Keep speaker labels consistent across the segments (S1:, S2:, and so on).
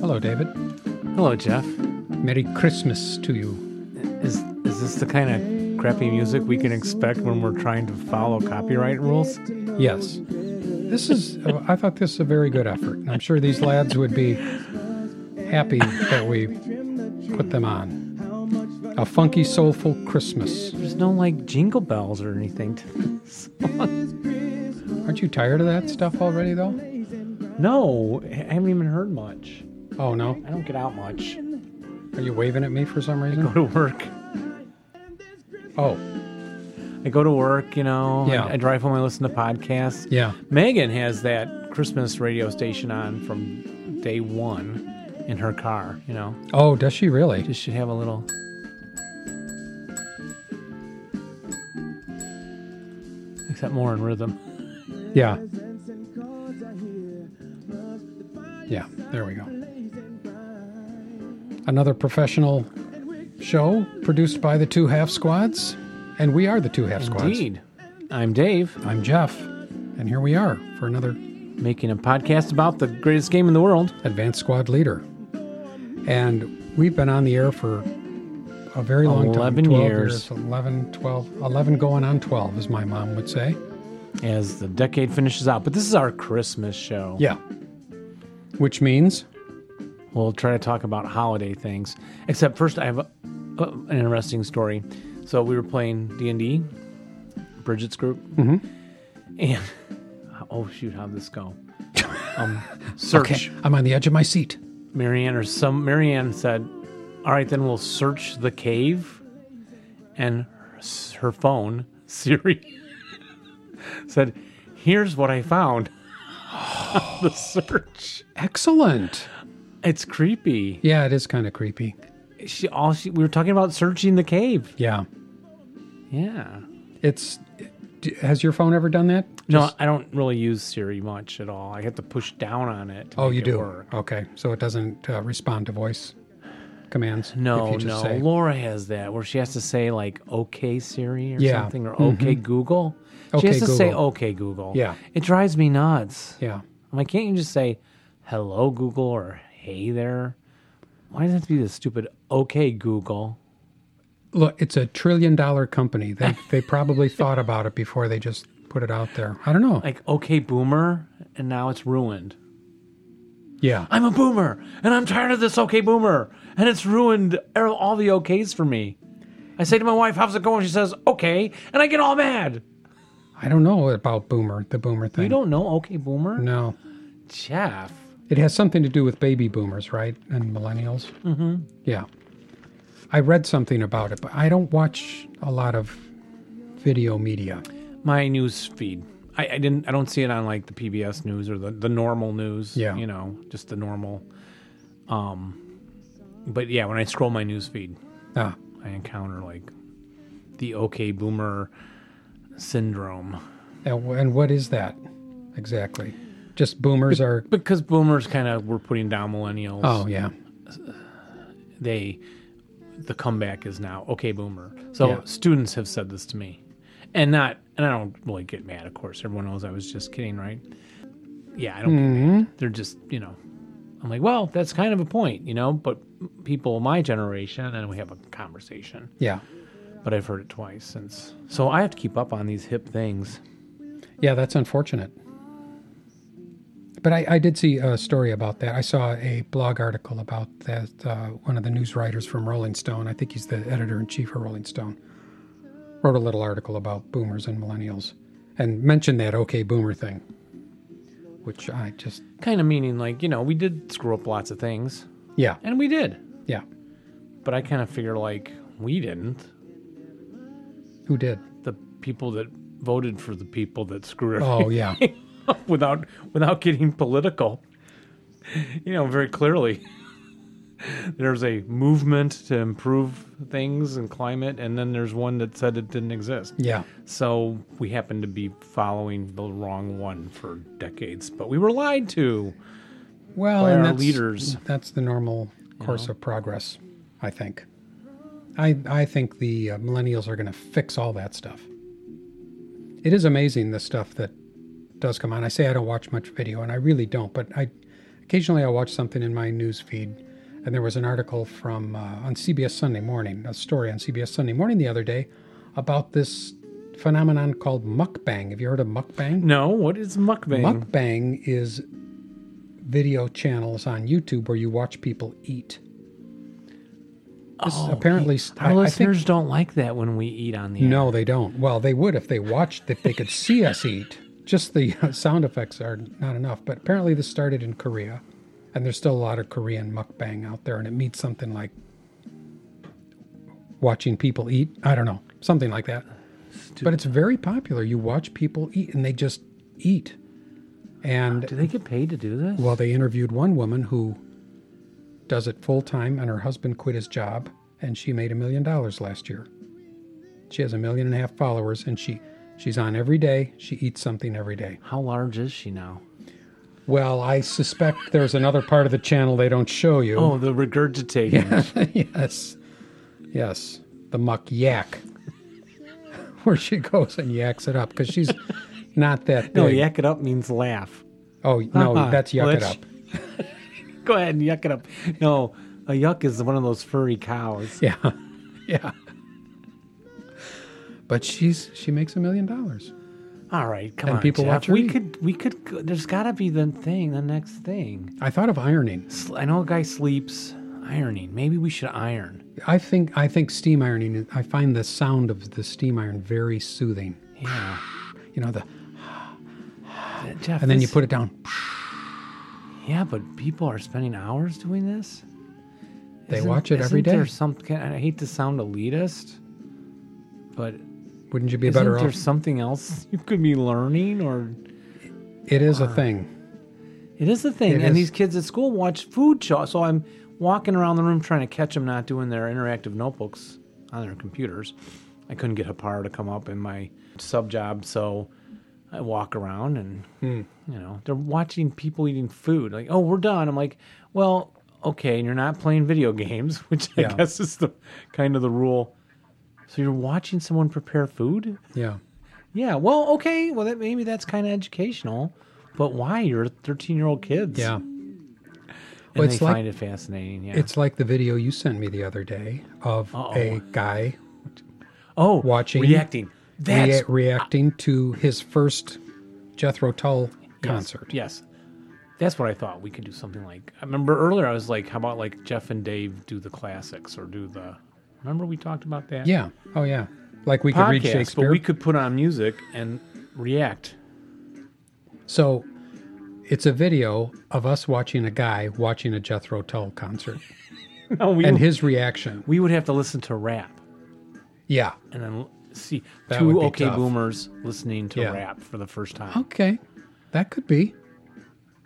S1: Hello, David.
S2: Hello, Jeff.
S1: Merry Christmas to you.
S2: Is is this the kind of crappy music we can expect when we're trying to follow copyright rules?
S1: Yes. This is, I thought this was a very good effort. I'm sure these lads would be happy that we put them on. A funky, soulful Christmas.
S2: There's no like jingle bells or anything. To this.
S1: Aren't you tired of that stuff already, though?
S2: No, I haven't even heard much.
S1: Oh, no?
S2: I don't get out much.
S1: Are you waving at me for some
S2: Go
S1: reason?
S2: to work.
S1: Oh,
S2: I go to work. You know.
S1: Yeah.
S2: I, I drive home. I listen to podcasts.
S1: yeah.
S2: Megan has that Christmas radio station on from day one in her car. You know.
S1: Oh, does she really?
S2: Just should have a little. Except more in rhythm.
S1: Yeah. Yeah, there we go. Another professional show produced by the two half squads, and we are the two half squads.
S2: Indeed. I'm Dave,
S1: I'm Jeff, and here we are for another
S2: making a podcast about the greatest game in the world.
S1: Advanced Squad Leader. And we've been on the air for a very long time
S2: 11
S1: 12
S2: years.
S1: 11, 12, 11 going on 12, as my mom would say.
S2: as the decade finishes out. But this is our Christmas show.
S1: Yeah. Which means,
S2: We'll try to talk about holiday things. Except first, I have a, uh, an interesting story. So we were playing D and D, Bridget's group,
S1: Mm-hmm.
S2: and oh shoot, how'd this go? Um, search
S1: okay, I'm on the edge of my seat.
S2: Marianne or some Marianne said, "All right, then we'll search the cave," and her, her phone Siri said, "Here's what I found." on the search.
S1: Excellent.
S2: It's creepy.
S1: Yeah, it is kind of creepy.
S2: She all she we were talking about searching the cave.
S1: Yeah.
S2: Yeah.
S1: It's d- has your phone ever done that?
S2: No, I don't really use Siri much at all. I have to push down on it. to
S1: Oh,
S2: make
S1: you
S2: it
S1: do.
S2: work.
S1: Okay, so it doesn't uh, respond to voice commands. if
S2: No,
S1: you just
S2: no.
S1: say-
S2: Laura has that where she has to say like "Okay Siri" or
S1: Yeah. Mm-hmm.
S2: something or "Okay Google." She
S1: Okay,
S2: has to say
S1: Google.
S2: "Okay Google."
S1: Yeah.
S2: it drives me nuts.
S1: yeah,
S2: I'm like, can't you just say "Hello Google" or "Hey there"? Why does it have to be this stupid "Okay Google"?
S1: look, it's a trillion dollar company. They they probably thought about it before they just put it out there. I don't know.
S2: Like "Okay Boomer," and now it's ruined.
S1: yeah,
S2: I'm a boomer, and I'm tired of this okay boomer, and it's ruined er- all the okays for me. I say to my wife, "How's it going?" She says, "Okay," and I get all mad.
S1: I don't know about Boomer, the Boomer thing.
S2: You don't know okay boomer,
S1: no,
S2: Jeff?
S1: it has something to do with baby boomers, right, and millennials. Mm-hmm. Yeah, I read something about it, but I don't watch a lot of video media.
S2: My news feed. I, I didn't. I don't see it on like the PBS news or the the normal news.
S1: Yeah.
S2: you know, just the normal. Um, but yeah, when I scroll my news feed,
S1: Ah,
S2: I encounter like the okay boomer syndrome.
S1: And, wh- and what is that exactly? Just boomers are.
S2: Because boomers kind of were putting down millennials.
S1: Oh yeah,
S2: they the comeback is now okay boomer so
S1: Yeah.
S2: students have said this to me and not and i don't really get mad of course everyone knows i was just kidding right yeah i don't get mad. they're just you know i'm like well that's kind of a point you know but people my generation and we have a conversation
S1: yeah,
S2: but i've heard it twice since so i have to keep up on these hip things
S1: yeah. That's unfortunate. But I, I did see a story about that. I saw a blog article about that. Uh, one of the news writers from Rolling Stone, I think he's the editor in chief of Rolling Stone, wrote a little article about boomers and millennials, and mentioned that "okay boomer" thing, which I just
S2: kind of meaning like you know we did screw up lots of things
S1: yeah
S2: and we did
S1: yeah.
S2: but i kind of figure like we didn't
S1: Who did?
S2: the people that voted for the people that screwed
S1: Oh yeah,
S2: up without without getting political. You know, very clearly. There's a movement to improve things and climate, and then there's one that said it didn't exist.
S1: yeah.
S2: So we happened to be following the wrong one for decades, but we were lied to.
S1: well,
S2: by
S1: and
S2: our
S1: that's,
S2: leaders.
S1: That's the normal course of progress, I think. I I think the uh, millennials are going to fix all that stuff. It is amazing the stuff that does come on. I say I don't watch much video, and I really don't, but I occasionally I'll watch something in my news feed, and there was an article from uh, on CBS Sunday Morning, a story on CBS Sunday Morning the other day about this phenomenon called mukbang. Have you heard of mukbang?
S2: No, what is mukbang?
S1: Mukbang is video channels on YouTube where you watch people eat. This
S2: Oh,
S1: apparently,
S2: he-
S1: st-
S2: our
S1: I- I think-
S2: listeners don't like that when we eat on the. air.
S1: No, they don't. Well, they would if they watched, if they could see us eat. Just the uh, sound effects are not enough. But apparently, this started in Korea, and there's still a lot of Korean mukbang out there, and it means something like watching people eat. I don't know, something like that. But it's very popular. You watch people eat, and they just eat. And
S2: Do they get paid to do this?
S1: well, they interviewed one woman who does it full time, and her husband quit his job, and she made a million dollars last year. She has a million and a half followers, and she she's on every day. She eats something every day.
S2: How large is she now?
S1: Well, I suspect there's another part of the channel they don't show you.
S2: Oh, the regurgitating.
S1: yes, yes, the muck yak, where she goes and yaks it up because she's not that big.
S2: No, yak it up means laugh.
S1: Oh no,
S2: Uh-huh.
S1: that's yuck
S2: Well,
S1: it
S2: that's-
S1: up.
S2: Go ahead and yuck it up. No, a yuck is one of those furry cows.
S1: Yeah. Yeah. But she's she makes a million dollars.
S2: All right, come
S1: And
S2: on,
S1: people
S2: Jeff.
S1: watch her
S2: we
S1: eat.
S2: could, we could. go- There's got to be the thing, the next thing.
S1: I thought of ironing.
S2: Sl- I know a guy sleeps ironing. Maybe we should iron.
S1: I think I think steam ironing is- I find the sound of the steam iron very soothing.
S2: Yeah, Uh,
S1: You know the
S2: Jeff.
S1: and then you
S2: this-
S1: put it down.
S2: Yeah, but people are spending hours doing this.
S1: They watch it every
S2: isn't There
S1: day.
S2: some, can- I hate to sound elitist, but
S1: Wouldn't you be
S2: isn't
S1: better
S2: there
S1: off?
S2: something else you could be learning? Or
S1: It is
S2: uh,
S1: a thing.
S2: it is the thing.
S1: It
S2: and
S1: is.
S2: these kids at school watch food shows. So I'm walking around the room trying to catch them not doing their interactive notebooks on their computers. I couldn't get Hapar to come up in my sub job, so I walk around and
S1: Hmm.
S2: you know they're watching people eating food. Like, oh, we're done. I'm like, well, okay, and you're not playing video games, which I
S1: Yeah.
S2: guess is the kind of the rule. So you're watching someone prepare food.
S1: Yeah.
S2: Yeah. Well, okay. Well, that maybe that's kind of educational, but why? You're 13 year old kids.
S1: Yeah.
S2: And
S1: Well,
S2: they
S1: it's like-
S2: find it fascinating. Yeah.
S1: It's like the video you sent me the other day of a guy
S2: oh,
S1: watching-
S2: reacting. That's
S1: rea- reacting to his first Jethro Tull concert.
S2: yes. That's what I thought. We could do something like. I remember earlier I was like, how about like Jeff and Dave do the classics or do the. Remember we talked about that.
S1: Yeah. Oh yeah. Like we could
S2: Podcast,
S1: read Shakespeare.
S2: but we could put on music and react.
S1: So it's a video of us watching a guy watching a Jethro Tull concert
S2: No, we,
S1: and his reaction.
S2: we would have to listen to rap
S1: Yeah.
S2: and then l- see
S1: That would
S2: two
S1: be
S2: okay
S1: tough.
S2: boomers listening to
S1: Yeah.
S2: rap for the first time.
S1: Okay. That could be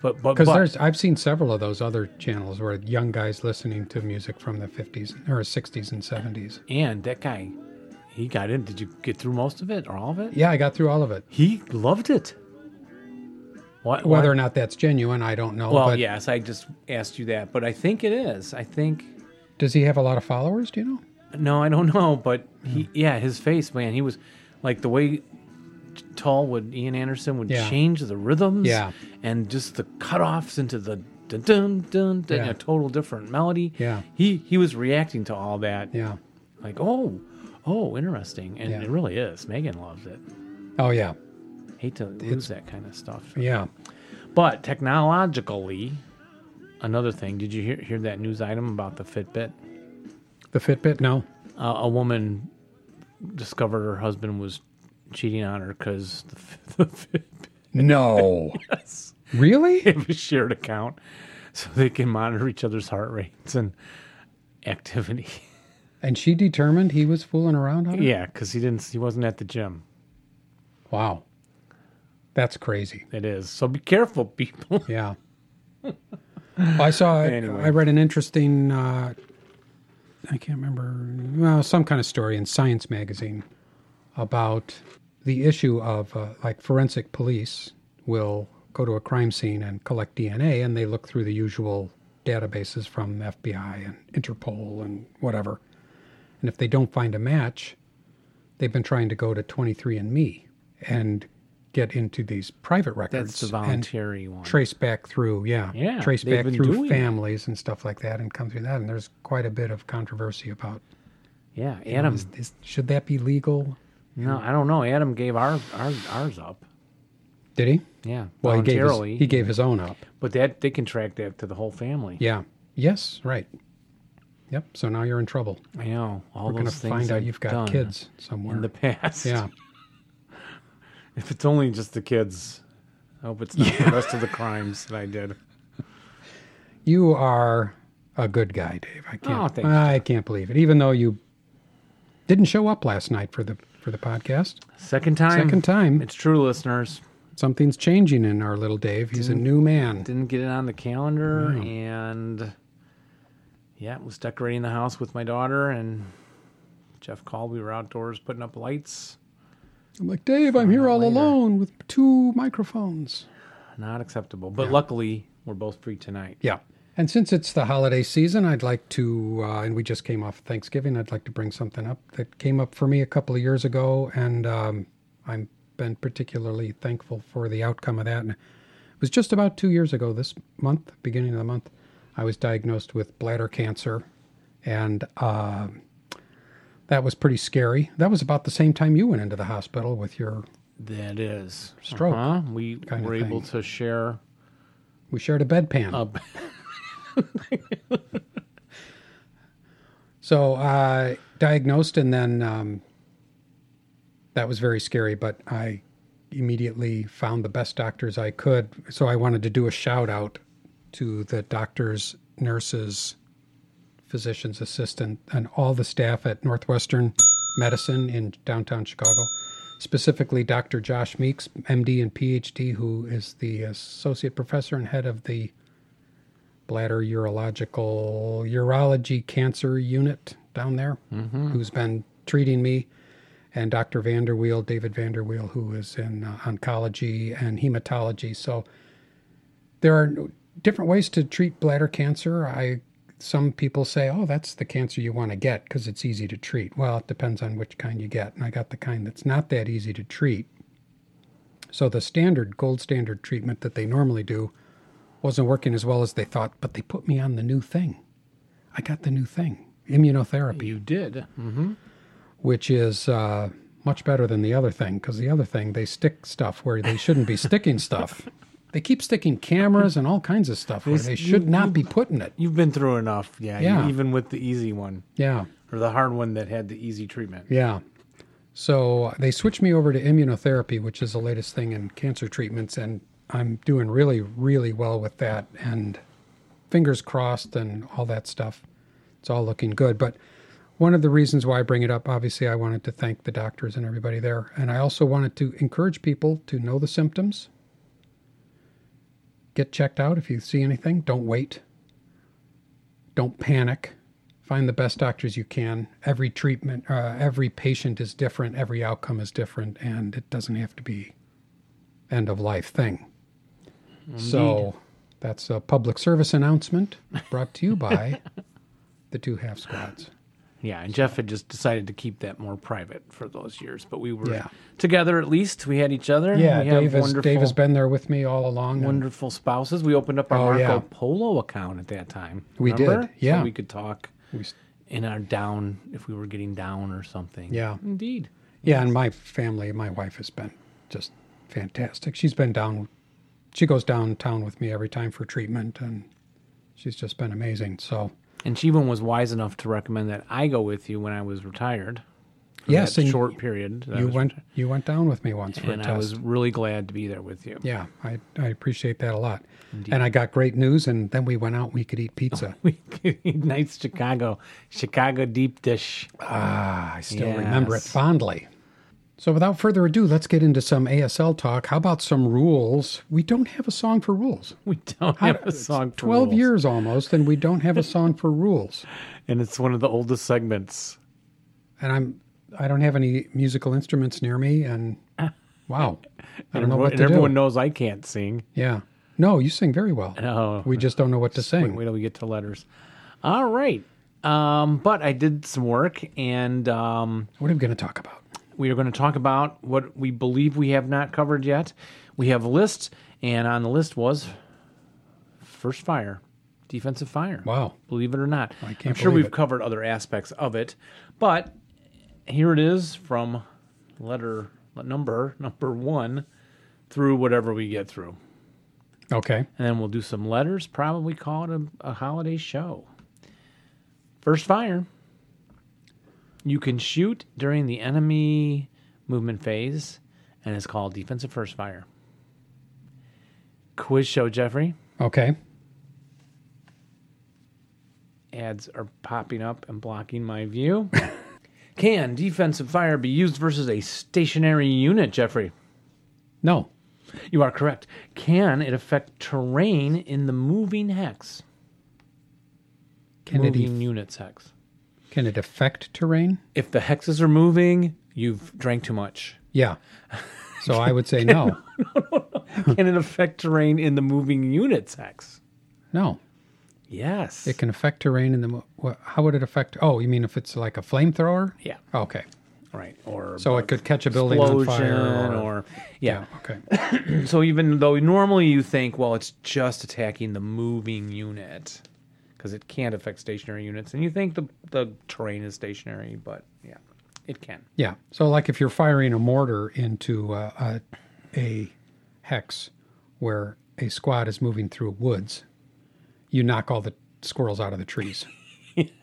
S2: But but
S1: because
S2: but-
S1: there's I've seen several of those other channels where young guys listening to music from the 50s or 60s and 70s.
S2: and that guy, he got in. Did you get through most of it or all of it?
S1: Yeah, I got through all of it.
S2: He loved it. What?
S1: Whether
S2: what-
S1: or not that's genuine, I don't know.
S2: Well,
S1: but
S2: yes, I just asked you that, but I think it is. I think
S1: does he have a lot of followers? Do you know?
S2: no, I don't know, but he,
S1: Hmm.
S2: yeah, his face, man, he was like the way Tall would Ian Anderson would
S1: Yeah.
S2: change the rhythms,
S1: Yeah.
S2: and just the cutoffs into the dun dun dun, dun
S1: Yeah.
S2: a total different melody.
S1: Yeah.
S2: he he was reacting to all that.
S1: Yeah.
S2: like oh, oh, interesting, and
S1: Yeah.
S2: it really is. Megan loves it.
S1: Oh yeah.
S2: Hate to lose that kind of stuff.
S1: Yeah.
S2: But technologically, another thing. Did you hear, hear that news item about the Fitbit?
S1: The Fitbit? No.
S2: Uh, a woman discovered her husband was cheating on her because the, Fi- the Fitbit
S1: No. Really?
S2: have a shared account, so they can monitor each other's heart rates and activity.
S1: And she determined he was fooling around on her?
S2: yeah, because he didn't. He wasn't at the gym.
S1: Wow. That's crazy.
S2: It is so. Be careful, people.
S1: Yeah. I saw.
S2: Anyway.
S1: I read an interesting. Uh, I can't remember. Well, some kind of story in Science magazine about the issue of uh, like forensic police will go to a crime scene and collect DNA, and they look through the usual databases from FBI and Interpol and whatever. And if they don't find a match, they've been trying to go to 23andMe and get into these private records
S2: That's the
S1: and
S2: voluntary one.
S1: trace back through, yeah,
S2: Yeah,
S1: trace
S2: they've
S1: back
S2: been
S1: through
S2: doing
S1: families and stuff like that, and come through that. And there's quite a bit of controversy about
S2: yeah, Adam.
S1: is, is, should that be legal?
S2: No, I don't know. Adam gave our, our ours up.
S1: Did he?
S2: Yeah,
S1: Well, he gave his,
S2: voluntarily.
S1: he gave his own up.
S2: but that they can track that to the whole family.
S1: Yeah. Yes. Right. Yep. So now you're in trouble.
S2: I know all
S1: We're going to
S2: those things.
S1: find out
S2: I've
S1: you've got
S2: done
S1: kids somewhere.
S2: in the past.
S1: yeah.
S2: if it's only just the kids. I hope it's not the rest of the crimes that I did.
S1: You are a good guy, Dave. I
S2: Oh,
S1: can't.
S2: thanks,
S1: I can't believe it. Even though you didn't show up last night for the for the podcast,
S2: Second time.
S1: second time,
S2: It's true, listeners.
S1: something's changing in our little Dave. He's a new man.
S2: Didn't get it on the calendar, and yeah, was decorating the house with my daughter and Jeff called. We were outdoors putting up lights.
S1: I'm like Dave. I'm here all
S2: later.
S1: alone with two microphones.
S2: Not acceptable. But luckily, we're both free tonight.
S1: Yeah. And since it's the holiday season, I'd like to, uh, and we just came off Thanksgiving, I'd like to bring something up that came up for me a couple of years ago. And um, I've been particularly thankful for the outcome of that. And it was just about two years ago this month, beginning of the month, I was diagnosed with bladder cancer. And uh, that was pretty scary. That was about the same time you went into the hospital with your,
S2: That is
S1: Stroke
S2: Uh-huh. We
S1: kind of
S2: were able
S1: thing.
S2: to share
S1: we shared a bedpan.
S2: a
S1: So uh, diagnosed, and then um, that was very scary. But I immediately found the best doctors I could. So I wanted to do a shout out to the doctors, nurses, physicians, assistant, and all the staff at Northwestern Medicine in downtown Chicago. Specifically, Dr. Josh Meeks, MD and PhD, who is the associate professor and head of the bladder urological urology cancer unit down there who's been treating me and dr vanderweel david vanderweel who is in uh, oncology and hematology so there are different ways to treat bladder cancer i some people say oh that's the cancer you want to get because it's easy to treat well it depends on which kind you get and i got the kind that's not that easy to treat so the standard gold standard treatment that they normally do wasn't working as well as they thought, but they put me on the new thing. I got the new thing, immunotherapy,
S2: You did.
S1: which is uh, much better than the other thing because the other thing, they stick stuff where they shouldn't be sticking stuff. They keep sticking cameras and all kinds of stuff where they should not be putting it.
S2: You've been through enough. Yeah. you-
S1: Yeah.
S2: even with the easy one
S1: Yeah.
S2: or the hard one that had the easy treatment.
S1: Yeah. So uh, they switched me over to immunotherapy, which is the latest thing in cancer treatments, and I'm doing really, really well with that. And fingers crossed and all that stuff. It's all looking good. But one of the reasons why I bring it up, obviously, I wanted to thank the doctors and everybody there. And I also wanted to encourage people to know the symptoms, get checked out if you see anything, don't wait, don't panic. Find the best doctors you can. Every treatment, uh, every patient is different. Every outcome is different, and it doesn't have to be end of life thing. So that's a public service announcement brought to you by the two half squads.
S2: Yeah. And Jeff had just decided to keep that more private for those years. But we were
S1: Yeah.
S2: together at least. We had each other.
S1: Yeah,
S2: we have
S1: Dave has,
S2: wonderful,
S1: Dave has been there with me all along. and
S2: wonderful spouses. We opened up our
S1: Oh,
S2: Marco
S1: yeah.
S2: Polo account at that time.
S1: We did,
S2: remember?
S1: yeah.
S2: So we could talk
S1: we s-
S2: in our down if we were getting down or something.
S1: Yeah.
S2: Indeed.
S1: yeah, and my family, my wife has been just fantastic. She's been down, she goes downtown with me every time for treatment, and she's just been amazing. So,
S2: And she even was wise enough to recommend that I go with you when I was retired. for
S1: Yes,
S2: that
S1: and
S2: short period. that I
S1: you
S2: was
S1: went you went down with me once for a
S2: and
S1: test.
S2: I was really glad to be there with you.
S1: yeah, I, I appreciate that a lot. And I got great news, and then we went out and we could eat pizza.
S2: We nice Chicago, Chicago deep dish.
S1: Ah, I still remember it
S2: Yes.
S1: fondly. So, without further ado, let's get into some ASL talk. How about some rules? We don't have a song for rules.
S2: We don't have a song. for
S1: 12
S2: rules.
S1: years almost, and we don't have a song for rules.
S2: and it's one of the oldest segments.
S1: And I'm I don't have any musical instruments near me, and wow, I don't know what
S2: and
S1: to
S2: everyone
S1: do.
S2: knows I can't sing.
S1: Yeah, no, you sing very well.
S2: No.
S1: We just don't know what to sing.
S2: Wait till we get to letters. All right, um, but I did some work, and um,
S1: What are we going to talk about?
S2: We are going to talk about what we believe we have not covered yet. We have a list, and on the list was first fire, defensive fire.
S1: Wow.
S2: Believe it or not. I
S1: can't
S2: am sure
S1: believe
S2: we've
S1: it.
S2: covered other aspects of it, but here it is from letter number number 1 through whatever we get through.
S1: Okay.
S2: And then we'll do some letters, probably call it a, a holiday show. First fire. You can shoot during the enemy movement phase, and it's called defensive first fire. Quiz show, Jeffrey.
S1: Okay.
S2: Ads are popping up and blocking my view. can defensive fire be used versus a stationary unit, Jeffrey?
S1: No.
S2: You are correct. Can it affect terrain in the moving hex?
S1: Can it,
S2: moving
S1: eff-
S2: units hex.
S1: can it affect terrain?
S2: if the hexes are moving, you've drank too much.
S1: Yeah. So I would say no.
S2: Can it affect terrain in the moving units hex?
S1: No.
S2: Yes.
S1: It can affect terrain in the. mo- wha- How would it affect? Oh, you mean if it's like a flamethrower?
S2: yeah.
S1: Okay.
S2: Right. Or
S1: So it could catch a building on
S2: explosion
S1: fire.
S2: or,
S1: Or,
S2: yeah.
S1: Okay.
S2: So even though normally you think, well, it's just attacking the moving unit because it can't affect stationary units, and you think the the terrain is stationary, but yeah, it can.
S1: Yeah. So, like if you're firing a mortar into uh, a, a hex where a squad is moving through woods, you knock all the squirrels out of the trees.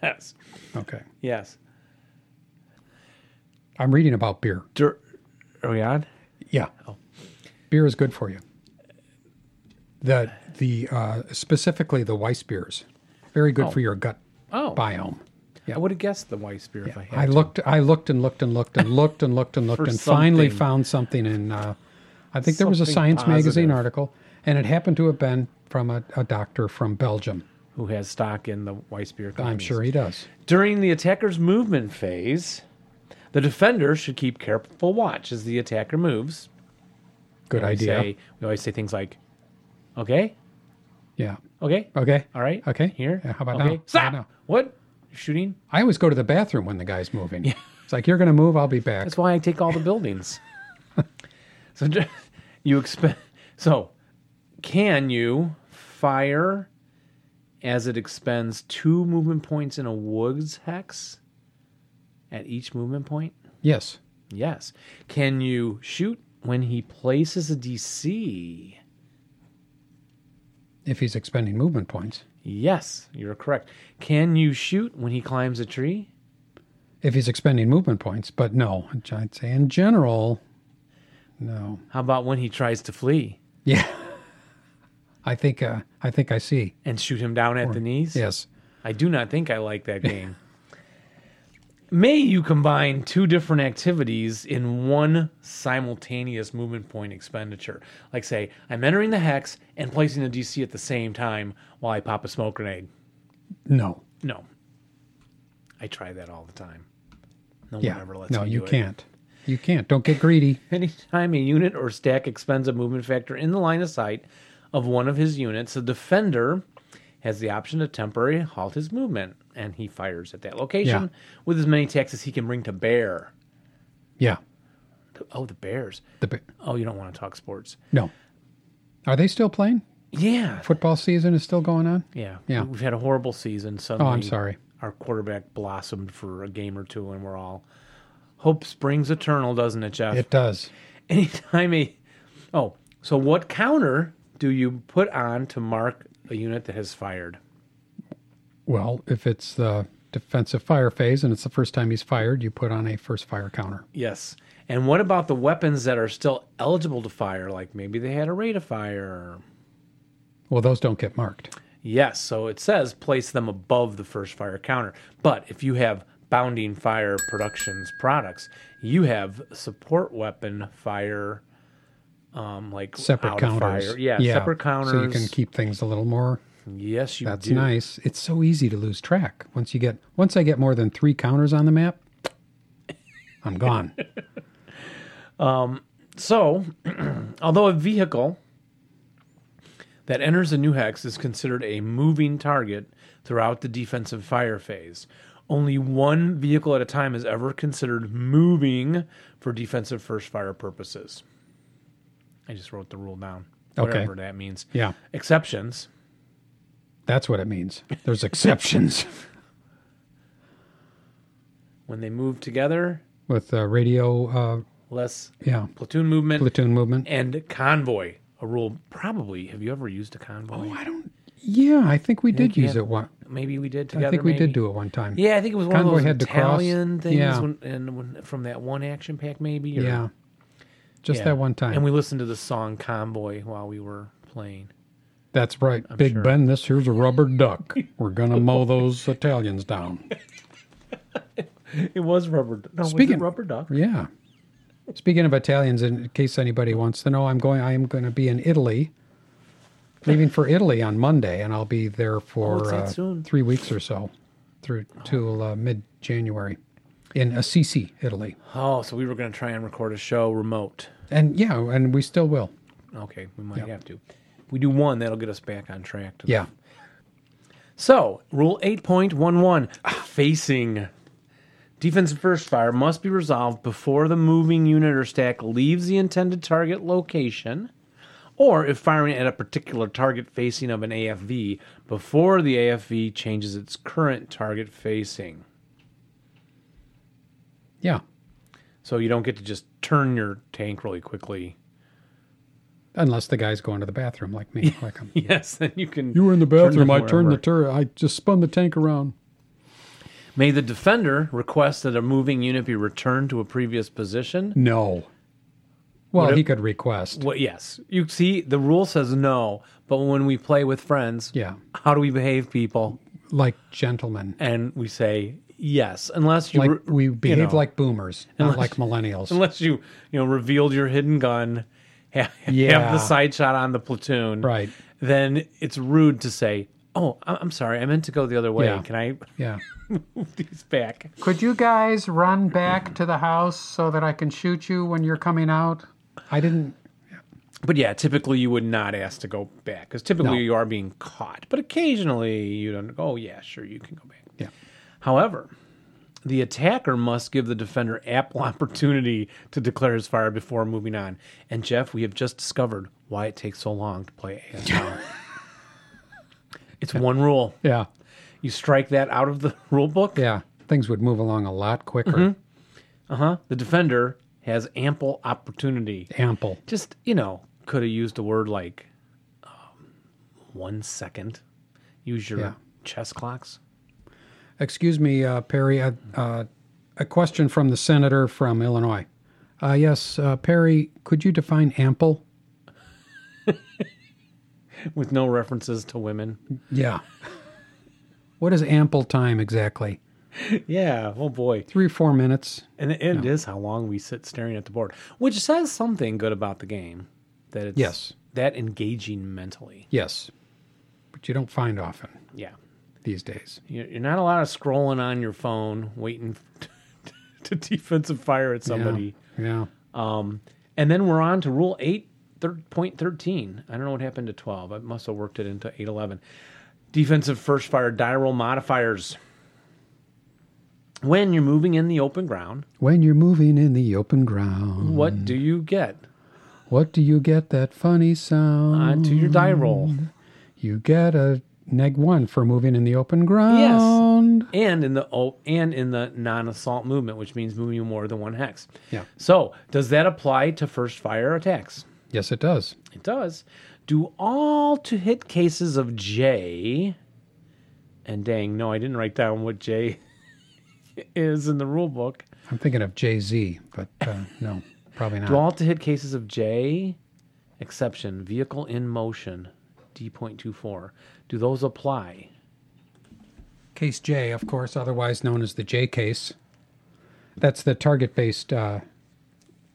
S2: Yes.
S1: Okay.
S2: Yes.
S1: I'm reading about beer.
S2: Dur- are we on?
S1: Yeah. Beer is good for you. The the uh, specifically the Weiss beers, very good for your gut
S2: Oh,
S1: biome.
S2: I would have guessed the Weiss beer if I had.
S1: I looked, I looked and looked and looked and looked and looked and looked and finally
S2: something.
S1: found something in. Uh, I think there was a
S2: Something
S1: Science magazine
S2: positive.
S1: article, and it happened to have been from a, a doctor from Belgium.
S2: who has stock in the Weiss beer company.
S1: I'm sure he does.
S2: During the attacker's movement phase, the defender should keep careful watch as the attacker moves.
S1: Good
S2: We
S1: idea.
S2: say- we always say things like, okay,
S1: yeah.
S2: okay,
S1: Okay.
S2: all right.
S1: Okay.
S2: Here.
S1: Yeah, how about now?
S2: okay.
S1: How
S2: Stop.
S1: about now?
S2: What? You're shooting?
S1: I always go to the bathroom when the guy's moving. It's like you're going to move. I'll be back.
S2: That's why I take all the buildings. so ju- you expect. So can you fire as it expends two movement points in a woods hex at each movement point?
S1: Yes.
S2: Yes. Can you shoot when he places a DC?
S1: If he's expending movement points.
S2: Yes, you're correct. Can you shoot when he climbs a tree?
S1: If he's expending movement points, but no, I'd say in general, no.
S2: How about when he tries to flee
S1: Yeah. I think. Uh, I think I see.
S2: and shoot him down at the knees?
S1: Yes.
S2: I do not think I like that game. May you combine two different activities in one simultaneous movement point expenditure. Like, say, I'm entering the hex and placing a DC at the same time while I pop a smoke grenade.
S1: No.
S2: No. I try that all the time. No
S1: Yeah.
S2: one ever lets
S1: No,
S2: me
S1: you
S2: do it.
S1: can't. You can't. Don't get greedy.
S2: Anytime a unit or stack expends a movement factor in the line of sight of one of his units, the defender has the option to temporarily halt his movement, and he fires at that location
S1: Yeah.
S2: with as many attacks as he can bring to bear.
S1: Yeah.
S2: The- Oh, the Bears.
S1: The ba-
S2: Oh, you don't want to talk sports.
S1: no. Are they still playing?
S2: Yeah.
S1: Football season is still going on.
S2: Yeah.
S1: Yeah.
S2: We've had a horrible season. Suddenly,
S1: Oh, I'm sorry.
S2: Our quarterback blossomed for a game or two, and we're all. Hope springs eternal, doesn't it, Jeff?
S1: It does.
S2: anytime a oh so what counter do you put on to mark a unit that has fired
S1: Well, if it's the defensive fire phase and it's the first time he's fired, you put on a first fire counter.
S2: yes and what about the weapons that are still eligible to fire like maybe they had a rate of fire
S1: Well, those don't get marked.
S2: yes so it says place them above the first fire counter but if you have bounding fire productions products you have support weapon fire um like
S1: Separate
S2: out of
S1: counters.
S2: fire. Yeah, separate counters
S1: So you can keep things a little more.
S2: yes you
S1: That's
S2: do
S1: nice. It's so easy to lose track once you get once I get more than three counters on the map. I'm gone.
S2: So, although a vehicle that enters a new hex is considered a moving target throughout the defensive fire phase, only one vehicle at a time is ever considered moving for defensive first fire purposes. I just wrote the rule down.
S1: Okay.
S2: Whatever that means.
S1: Yeah,
S2: Exceptions.
S1: that's what it means. There's exceptions
S2: When they move together,
S1: with uh, radio. Uh,
S2: less
S1: yeah,
S2: platoon movement
S1: platoon movement.
S2: and convoy. A rule probably. Have you ever used a convoy?
S1: Oh, I don't. Yeah, I think we did
S2: you
S1: use
S2: have-
S1: it one.
S2: Maybe we did together.
S1: I think we
S2: maybe.
S1: did do it one time.
S2: Yeah, I think it was one
S1: Convoy
S2: of those
S1: had to cross.
S2: Italian things
S1: Yeah.
S2: when, and when, from that one action pack, maybe. or-
S1: Yeah. Just
S2: Yeah.
S1: that one time.
S2: And we listened to the song "Convoy" while we were playing.
S1: That's right. Big
S2: sure.
S1: Ben, this here's a rubber duck. We're going to mow those Italians down.
S2: It was rubber. No,
S1: Speaking-
S2: was it rubber duck.
S1: Yeah. Speaking of Italians, in case anybody wants to know, I'm going I am going to be in Italy. Leaving for Italy on Monday and I'll be there
S2: Oh, it's
S1: for
S2: that
S1: uh,
S2: soon.
S1: 3 weeks or so through till uh, mid-January in Assisi, Italy.
S2: Oh, so we were going to try and record a show remote.
S1: And yeah, and we still will.
S2: Okay, we might have to. If we do one, that'll get us back on track. To
S1: Yeah.
S2: So, rule 8.11 facing. Defensive first fire must be resolved before the moving unit or stack leaves the intended target location, or if firing at a particular target facing of an AFV before the AFV changes its current target facing.
S1: Yeah.
S2: So, you don't get to just turn your tank really quickly.
S1: Unless the guy's going to the bathroom like me, like I'm
S2: Yes, then you can.
S1: You were in the
S2: turn
S1: bathroom. I
S2: them
S1: turned the
S2: wherever.
S1: turret. I just spun the tank around.
S2: May the defender request that a moving unit be returned to a previous position?
S1: No. Well,
S2: What
S1: he
S2: if-
S1: could request.
S2: Well, yes. You see, the rule says no, but when we play with friends,
S1: Yeah.
S2: how do we behave, people?
S1: Like gentlemen.
S2: And we say yes, unless you
S1: Like
S2: re-
S1: we
S2: you
S1: behave
S2: know,
S1: like boomers, not like millennials.
S2: unless you you know revealed your hidden gun, have, have
S1: Yeah.
S2: the side shot on the platoon,
S1: Right.
S2: Then it's rude to say, "Oh, I- I'm sorry, I meant to go the other way.
S1: Yeah.
S2: Can I
S1: Yeah.
S2: move these back?"
S1: Could you guys run back to the house so that I can shoot you when you're coming out? I didn't.
S2: But yeah, typically you would not ask to go back because
S1: No.
S2: typically you are being caught. But occasionally you don't. Oh yeah, sure you can go back.
S1: Yeah.
S2: However, the attacker must give the defender ample opportunity to declare his fire before moving on. And Jeff, we have just discovered why it takes so long to play ASMR. it's one rule.
S1: Yeah.
S2: You strike that out of the rule book.
S1: Yeah. Things would move along a lot quicker.
S2: Uh huh. The defender has ample opportunity.
S1: Ample.
S2: Just you know, could have used a word like um, one second. Use your
S1: Yeah.
S2: chess clocks.
S1: Excuse me, uh, Perry. Uh, uh, a question from the senator from Illinois. Uh, yes, uh, Perry, could you define ample?
S2: with no references to women.
S1: Yeah. What is ample time exactly?
S2: Yeah. Oh boy.
S1: Three or four minutes.
S2: And it it is how long we sit staring at the board, which says something good about the game. That it's
S1: Yes.
S2: that engaging mentally.
S1: Yes. But you don't find often
S2: Yeah,
S1: these days.
S2: you're you're not a lot of scrolling on your phone waiting to defensive fire at
S1: Yeah.
S2: somebody.
S1: Yeah.
S2: Um, and then we're on to Rule Eight Point Thirteen. I don't know what happened to twelve. I must have worked it into eight eleven. Defensive first fire die roll modifiers. When you're moving in the open ground,
S1: When you're moving in the open ground,
S2: what do you get
S1: what do you get that funny sound?
S2: onto your die roll?
S1: You get a neg one for moving in the open ground.
S2: and in the oh, and in the non-assault movement, which means moving more than one hex.
S1: Yeah.
S2: So does that apply to first fire attacks?
S1: Yes, it does.
S2: It does. Do all to hit cases of J? And dang, no, I didn't write down what J is in the rule book.
S1: I'm thinking of Jay Z, but uh, no, probably
S2: Do
S1: not.
S2: all to hit cases of J, exception vehicle in motion, D.24. Do those apply?
S1: Case J, of course, otherwise known as the J case. That's the target based uh,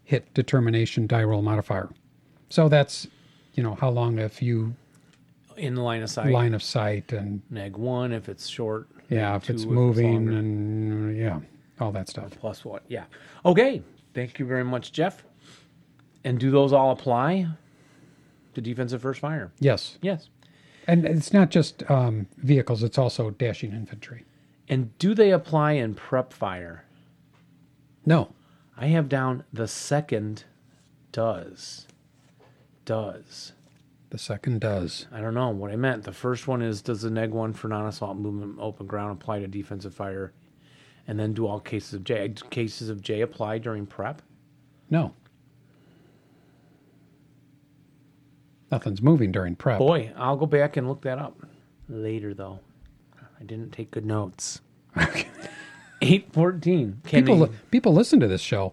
S1: hit determination die roll modifier. So that's, you know, how long if you
S2: In the line of sight,
S1: line of sight and
S2: neg one if it's short,
S1: yeah, if it's
S2: if it's
S1: moving
S2: longer.
S1: and yeah, all that stuff.
S2: plus what? Yeah. Okay. Thank you very much, Jeff. And do those all apply to defensive first fire?
S1: Yes,
S2: Yes.
S1: and it's not just um, vehicles; it's also dashing infantry.
S2: And do they apply in prep fire?
S1: No.
S2: I have down the second does. Does.
S1: The second does.
S2: I don't know what I meant. The first one is does the neg one for non assault movement open ground apply to defensive fire? And then do all cases of J cases of J apply during prep?
S1: No. Nothing's moving during prep.
S2: Boy, I'll go back and look that up later though. I didn't take good notes. Eight fourteen. Can
S1: people,
S2: they-
S1: li- people listen to this show.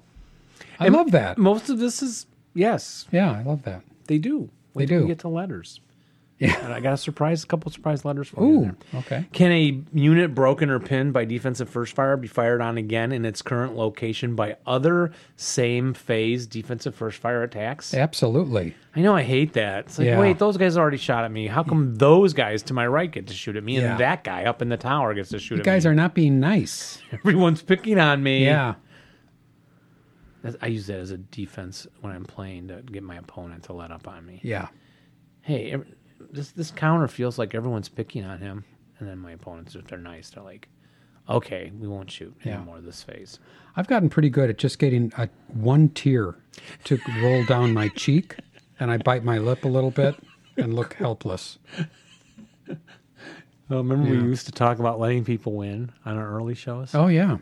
S1: I
S2: Am-
S1: love that.
S2: most of this is yes,
S1: Yeah, I love that.
S2: they do. Wait
S1: They
S2: till We
S1: do.
S2: get to letters.
S1: Yeah.
S2: And I got a surprise, a couple surprise letters for you. in
S1: Ooh,
S2: Oh, there.
S1: okay.
S2: Can a unit broken or pinned by defensive first fire be fired on again in its current location by other same phase defensive first fire attacks?
S1: Absolutely.
S2: I know I hate that. It's like,
S1: Yeah.
S2: wait, those guys already shot at me. How come those guys to my right get to shoot at me
S1: Yeah.
S2: and that guy up in the tower gets to shoot at
S1: Guys
S2: me?
S1: are not being nice.
S2: Everyone's picking on me.
S1: Yeah.
S2: That's- I use that as a defense when I'm playing to get my opponent to let up on me.
S1: Yeah.
S2: hey, ev- this this counter feels like everyone's picking on him, and then my opponents, if they're nice, they're like, okay, we won't shoot anymore this phase.
S1: I've gotten pretty good at just getting a one tear to roll down my cheek, and I bite my lip a little bit and look helpless.
S2: Oh, remember we used to talk about letting people win on our early shows?
S1: Oh yeah.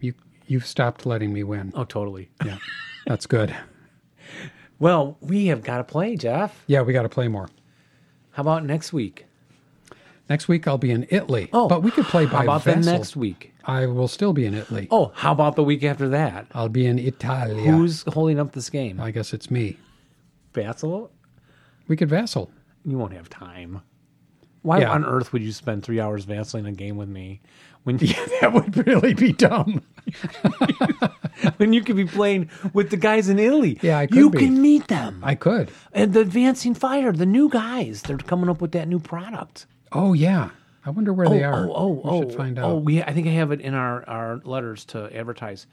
S1: You you've stopped letting me win.
S2: oh totally.
S1: Yeah, that's good.
S2: Well, we have got to play, Jeff.
S1: Yeah, we got to play more.
S2: How about next week?
S1: Next week I'll be in Italy.
S2: Oh,
S1: but we could play by
S2: How about
S1: vessel.
S2: the next week?
S1: I will still be in Italy.
S2: Oh, how about the week after that?
S1: I'll be in Italia.
S2: Who's holding up this game?
S1: I guess it's me.
S2: Basil?
S1: We could vassal.
S2: You won't have time. Why
S1: Yeah.
S2: on earth would you spend three hours vacillating a game with me when
S1: That would really be dumb.
S2: when you could be playing with the guys in Italy.
S1: Yeah, I could
S2: you
S1: be.
S2: can meet them.
S1: I could.
S2: and the Advancing Fire, the new guys, they're coming up with that new product.
S1: Oh yeah. I wonder where they are.
S2: Oh, oh,
S1: we
S2: oh.
S1: should find out.
S2: Oh, we, I think I have it in our, our letters to advertise.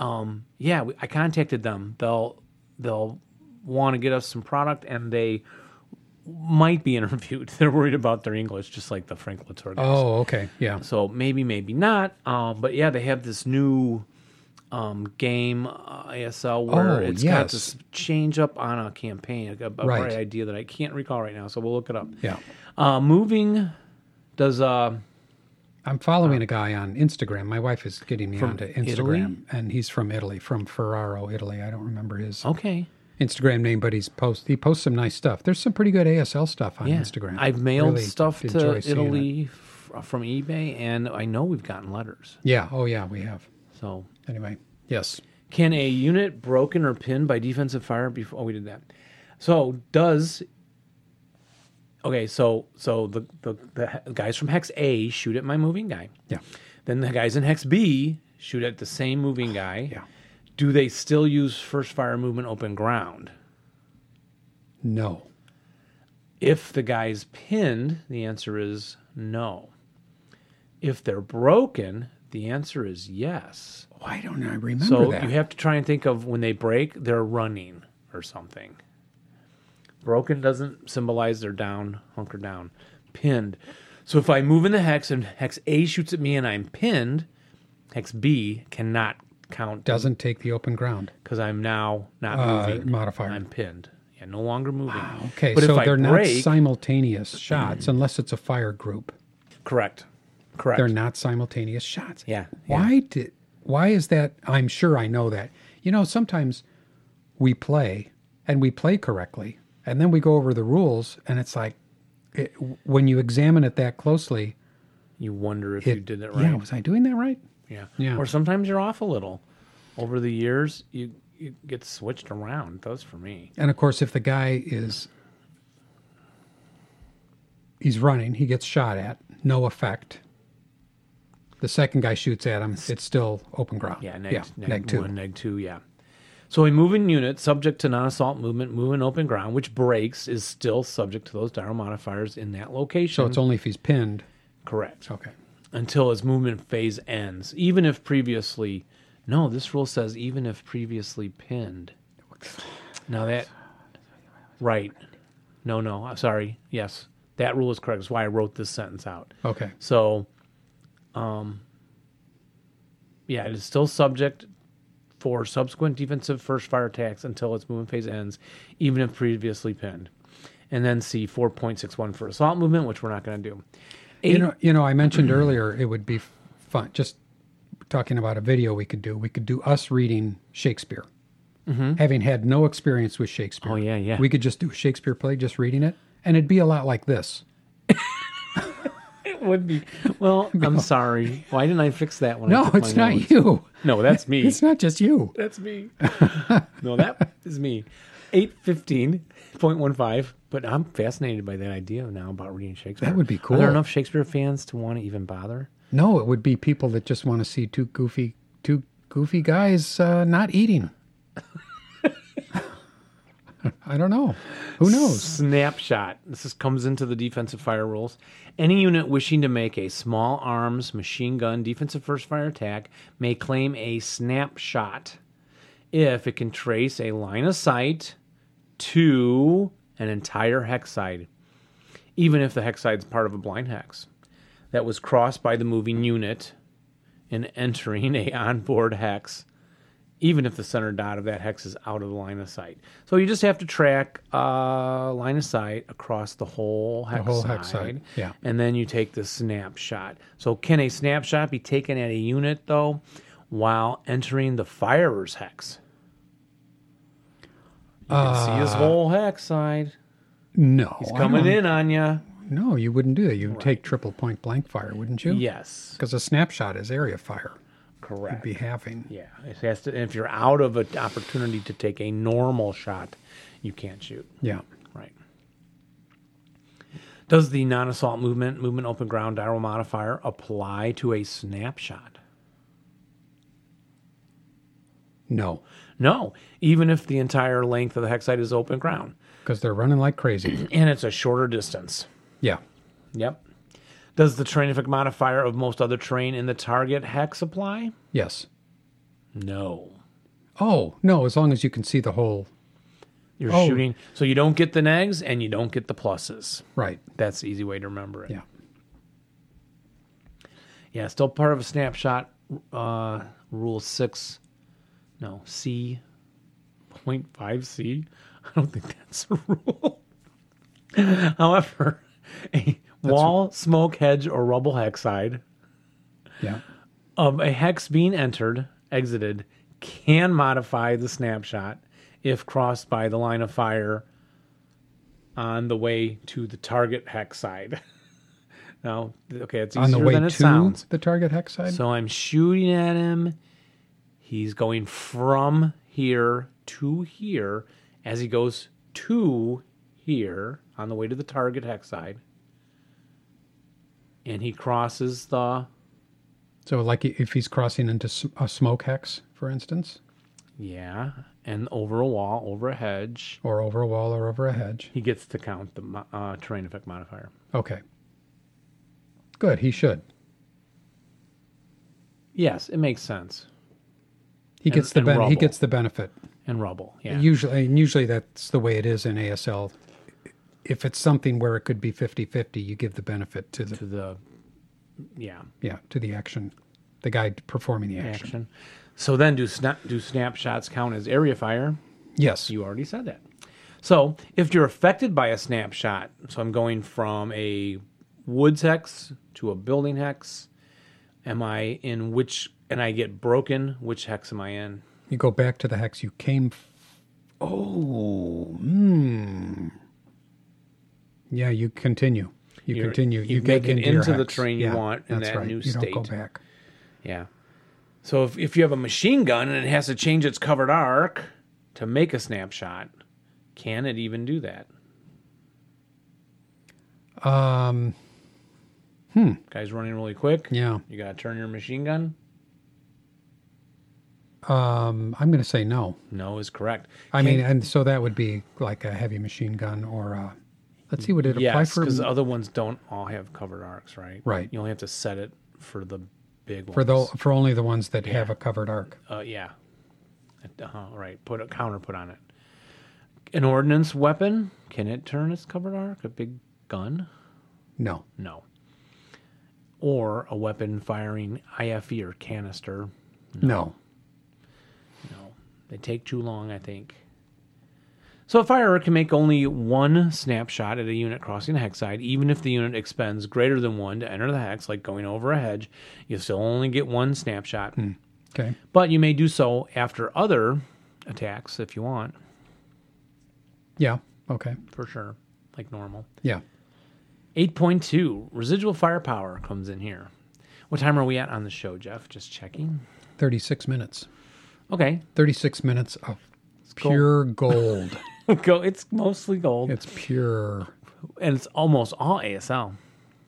S2: Um, yeah, we, I contacted them. They'll they'll want to get us some product, and they might be interviewed. They're worried about their English, just like the Frank Latour guys.
S1: Oh, okay. Yeah.
S2: So maybe, maybe not. Um, but yeah, they have this new um, game uh, ASL where
S1: Oh,
S2: it's got
S1: yes.
S2: this change up on a campaign, a, a
S1: Right.
S2: bright idea that I can't recall right now. So we'll look it up.
S1: Yeah.
S2: Uh, moving does uh,
S1: I'm following a guy on Instagram. My wife is getting me onto Instagram,
S2: Italy?
S1: and he's from Italy, from Ferraro, Italy. I don't remember his
S2: okay.
S1: Instagram name, but he's post he posts some nice stuff. There's some pretty good ASL stuff on
S2: Yeah.
S1: Instagram.
S2: I've mailed
S1: Really
S2: stuff to
S1: enjoy seeing it.
S2: Italy f- from eBay, and I know we've gotten letters.
S1: Yeah. Oh, yeah. We have.
S2: So
S1: Anyway. Yes.
S2: Can a unit broken or pinned by defensive fire before oh, we did that? So does okay? So so the, the the guys from hex A shoot at my moving guy.
S1: Yeah.
S2: Then the guys in hex B shoot at the same moving guy.
S1: Yeah.
S2: Do they still use first fire movement open ground?
S1: No.
S2: If the guy's pinned, the answer is no. If they're broken, the answer is yes.
S1: Why don't I remember
S2: So
S1: that?
S2: you have to try and think of when they break, they're running or something. Broken doesn't symbolize they're down, hunker down, pinned. So if I move in the hex and hex A shoots at me and I'm pinned, hex B cannot count
S1: Doesn't take the open ground.
S2: because I'm now not
S1: Uh,
S2: moving.
S1: modifier.
S2: I'm pinned. Yeah, no longer moving.
S1: okay.
S2: But
S1: so
S2: if I
S1: they're
S2: break, Mm.
S1: not simultaneous shots unless it's a fire group.
S2: correct. Correct.
S1: They're not simultaneous shots.
S2: Yeah, yeah.
S1: Why did? Why is that? I'm sure I know that. You know, sometimes we play and we play correctly, and then we go over the rules, and it's like it, when you examine it that closely,
S2: you wonder if you did it
S1: yeah,
S2: right.
S1: was I doing that right?
S2: Yeah.
S1: Yeah.
S2: Or sometimes you're off a little. Over the years, you, you get switched around. It does for me.
S1: And of course, if the guy is he's running, he gets shot at, no effect. The second guy shoots at him; it's still open ground.
S2: Yeah, neg,
S1: yeah,
S2: neg,
S1: neg two.
S2: one, neg two, yeah. So a moving unit subject to non-assault movement, move in open ground, which breaks, is still subject to those dire modifiers in that location.
S1: So it's only if he's pinned.
S2: correct
S1: Okay.
S2: until his movement phase ends. Even if previously, no, this rule says even if previously pinned. Now that, right? No, no, I'm sorry. Yes, that rule is correct. That's why I wrote this sentence out.
S1: Okay.
S2: So um, yeah, it is still subject for subsequent defensive first fire attacks until its movement phase ends, even if previously pinned. And then C 4.61 for assault movement, which we're not going to do. Eight,
S1: You know, you know, I mentioned earlier it would be fun. Just talking about a video we could do. We could do us reading Shakespeare, having had no experience with Shakespeare.
S2: Mm-hmm. Oh, yeah, yeah.
S1: We could just do a Shakespeare play, just reading it, and it'd be a lot like this.
S2: it would be. Well, I'm sorry. Why didn't I fix that one?
S1: No, it's not you.
S2: No, that's me.
S1: It's not just you.
S2: That's me. no, that is me. 815.15. But I'm fascinated by that idea now about reading Shakespeare.
S1: That would be
S2: Are
S1: cool.
S2: there enough Shakespeare fans to want to even bother?
S1: No, it would be people that just want to see two goofy, two goofy guys uh, not eating. I don't know. Who knows?
S2: Snapshot. This is, comes into the defensive fire rules. Any unit wishing to make a small arms machine gun defensive first fire attack may claim a snapshot if it can trace a line of sight to an entire hex side, even if the hex side is part of a blind hex that was crossed by the moving unit in entering a onboard hex even if the center dot of that hex is out of the line of sight. So you just have to track uh, line of sight across the whole hex
S1: whole
S2: side.
S1: hex side, yeah.
S2: And then you take the snapshot. So can a snapshot be taken at a unit though while entering the firer's hex? You can see
S1: Uh,
S2: his whole hex side.
S1: No,
S2: He's
S1: I
S2: coming
S1: don't-
S2: in on you.
S1: No, you wouldn't do that. You'd take triple point blank fire, wouldn't you?
S2: Yes.
S1: Because a snapshot is area fire.
S2: Correct.
S1: Be having.
S2: Yeah, it has to. If you're out of an opportunity to take a normal shot, you can't shoot.
S1: Yeah.
S2: Right. Does the non-assault movement, movement open ground diral modifier apply to a snapshot?
S1: No,
S2: No, even if the entire length of the hex site is open ground
S1: because they're running like crazy.
S2: and it's a shorter distance.
S1: yeah.
S2: Yep. Does the terrainific modifier of most other terrain in the target hex apply?
S1: Yes.
S2: No.
S1: Oh no, as long as you can see the whole.
S2: You're
S1: Oh.
S2: shooting, so you don't get the negs and you don't get the pluses.
S1: Right.
S2: That's the easy way to remember it.
S1: Yeah.
S2: Yeah, still part of a snapshot uh, rule six. No, C point five C. I don't think that's a rule. However, a wall, smoke, hedge, or rubble hex side
S1: Yeah.
S2: of a hex being entered, exited, can modify the snapshot if crossed by the line of fire on the way to the target hex side. now, okay, it's easier
S1: On the way
S2: than
S1: to
S2: it sounds.
S1: the target hex side.
S2: So I'm shooting at him. He's going from here to here as he goes to here on the way to the target hex side. And he crosses the
S1: so like if he's crossing into s- a smoke hex, for instance,
S2: yeah, and over a wall, over a hedge.
S1: or over a wall or over a hedge.
S2: He gets to count the mo- uh, terrain effect modifier.
S1: Okay. Good. He should.
S2: Yes, it makes sense.
S1: He
S2: And-
S1: gets the
S2: and
S1: ben- he
S2: rubble.
S1: gets the benefit.
S2: And rubble. Yeah.
S1: Usually, and usually that's the way it is in ASL. If it's something where it could be 50-50, you give the benefit to the
S2: to the yeah.
S1: yeah to the action, the guy performing the action.
S2: action. So then, do snap do snapshots count as area fire?
S1: Yes,
S2: You already said that. So if you're affected by a snapshot, so I'm going from a woods hex to a building hex. Am I in which? And I get broken. Which hex am I in?
S1: you go back to the hex you came. F- oh, mm. yeah, you continue. You
S2: You're-
S1: continue.
S2: you
S1: You, get
S2: make it
S1: your
S2: into the
S1: hex.
S2: terrain you
S1: Yeah,
S2: want in
S1: that's
S2: that
S1: right.
S2: new
S1: you don't
S2: state.
S1: go back.
S2: Yeah. So if, if you have a machine gun and it has to change its covered arc to make a snapshot, can it even do that?
S1: Um, hmm.
S2: Guy's running really quick.
S1: yeah,
S2: You gotta turn your machine gun.
S1: um, I'm going to say no.
S2: No is correct.
S1: I mean, and so that would be like a heavy machine gun or a. Let's see, would it apply
S2: Yes, uh,
S1: for
S2: because the other ones don't all have covered arcs, right?
S1: Right.
S2: You only have to set it for the big
S1: for the
S2: ones.
S1: for only the ones that have a covered arc.
S2: uh, yeah. Uh, right. Put a counter put on it. An ordnance weapon can it turn its covered arc? A big gun?
S1: No,
S2: No. or a weapon firing IFE or canister.
S1: No.
S2: No, they take too long, I think. So a firer can make only one snapshot at a unit crossing a hex side, even if the unit expends greater than one to enter the hex, like going over a hedge. You still only get one snapshot,
S1: Okay.
S2: but you may do so after other attacks if you want,
S1: Yeah. Okay.
S2: for sure, like normal.
S1: Yeah.
S2: 8.2 residual firepower comes in here. What time are we at on the show, Jeff? Just checking.
S1: 36 minutes.
S2: Okay,
S1: 36 minutes of
S2: go.
S1: pure gold.
S2: go. It's mostly gold,
S1: it's pure.
S2: and it's almost all ASL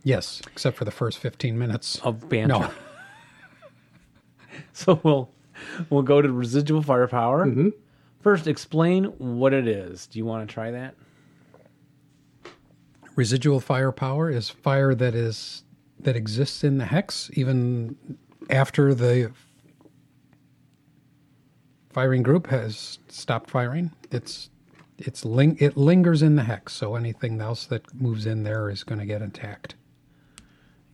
S1: Yes, except for the first 15 minutes.
S2: of banter.
S1: No.
S2: So we'll we'll go to residual firepower. First, explain what it is. Do you want to try that?
S1: Residual firepower is fire that is that exists in the hex even after the firing group has stopped firing. It's it's ling- it lingers in the hex, so anything else that moves in there is going to get attacked.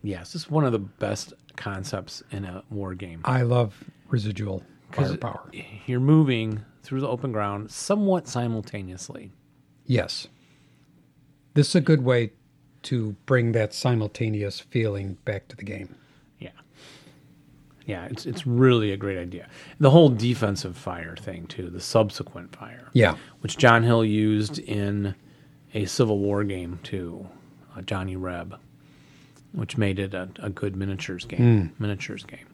S2: Yes, it's one of the best concepts in a war game.
S1: I love residual
S2: 'Cause it-
S1: firepower.
S2: You're moving through the open ground somewhat simultaneously.
S1: Yes. This is a good way to bring that simultaneous feeling back to the game.
S2: Yeah. Yeah, it's it's really a great idea. The whole defensive fire thing too, the subsequent fire.
S1: Yeah.
S2: Which John Hill used in a Civil War game too, uh, Johnny Reb, which made it a, a good miniatures game.
S1: Hmm.
S2: Miniatures game.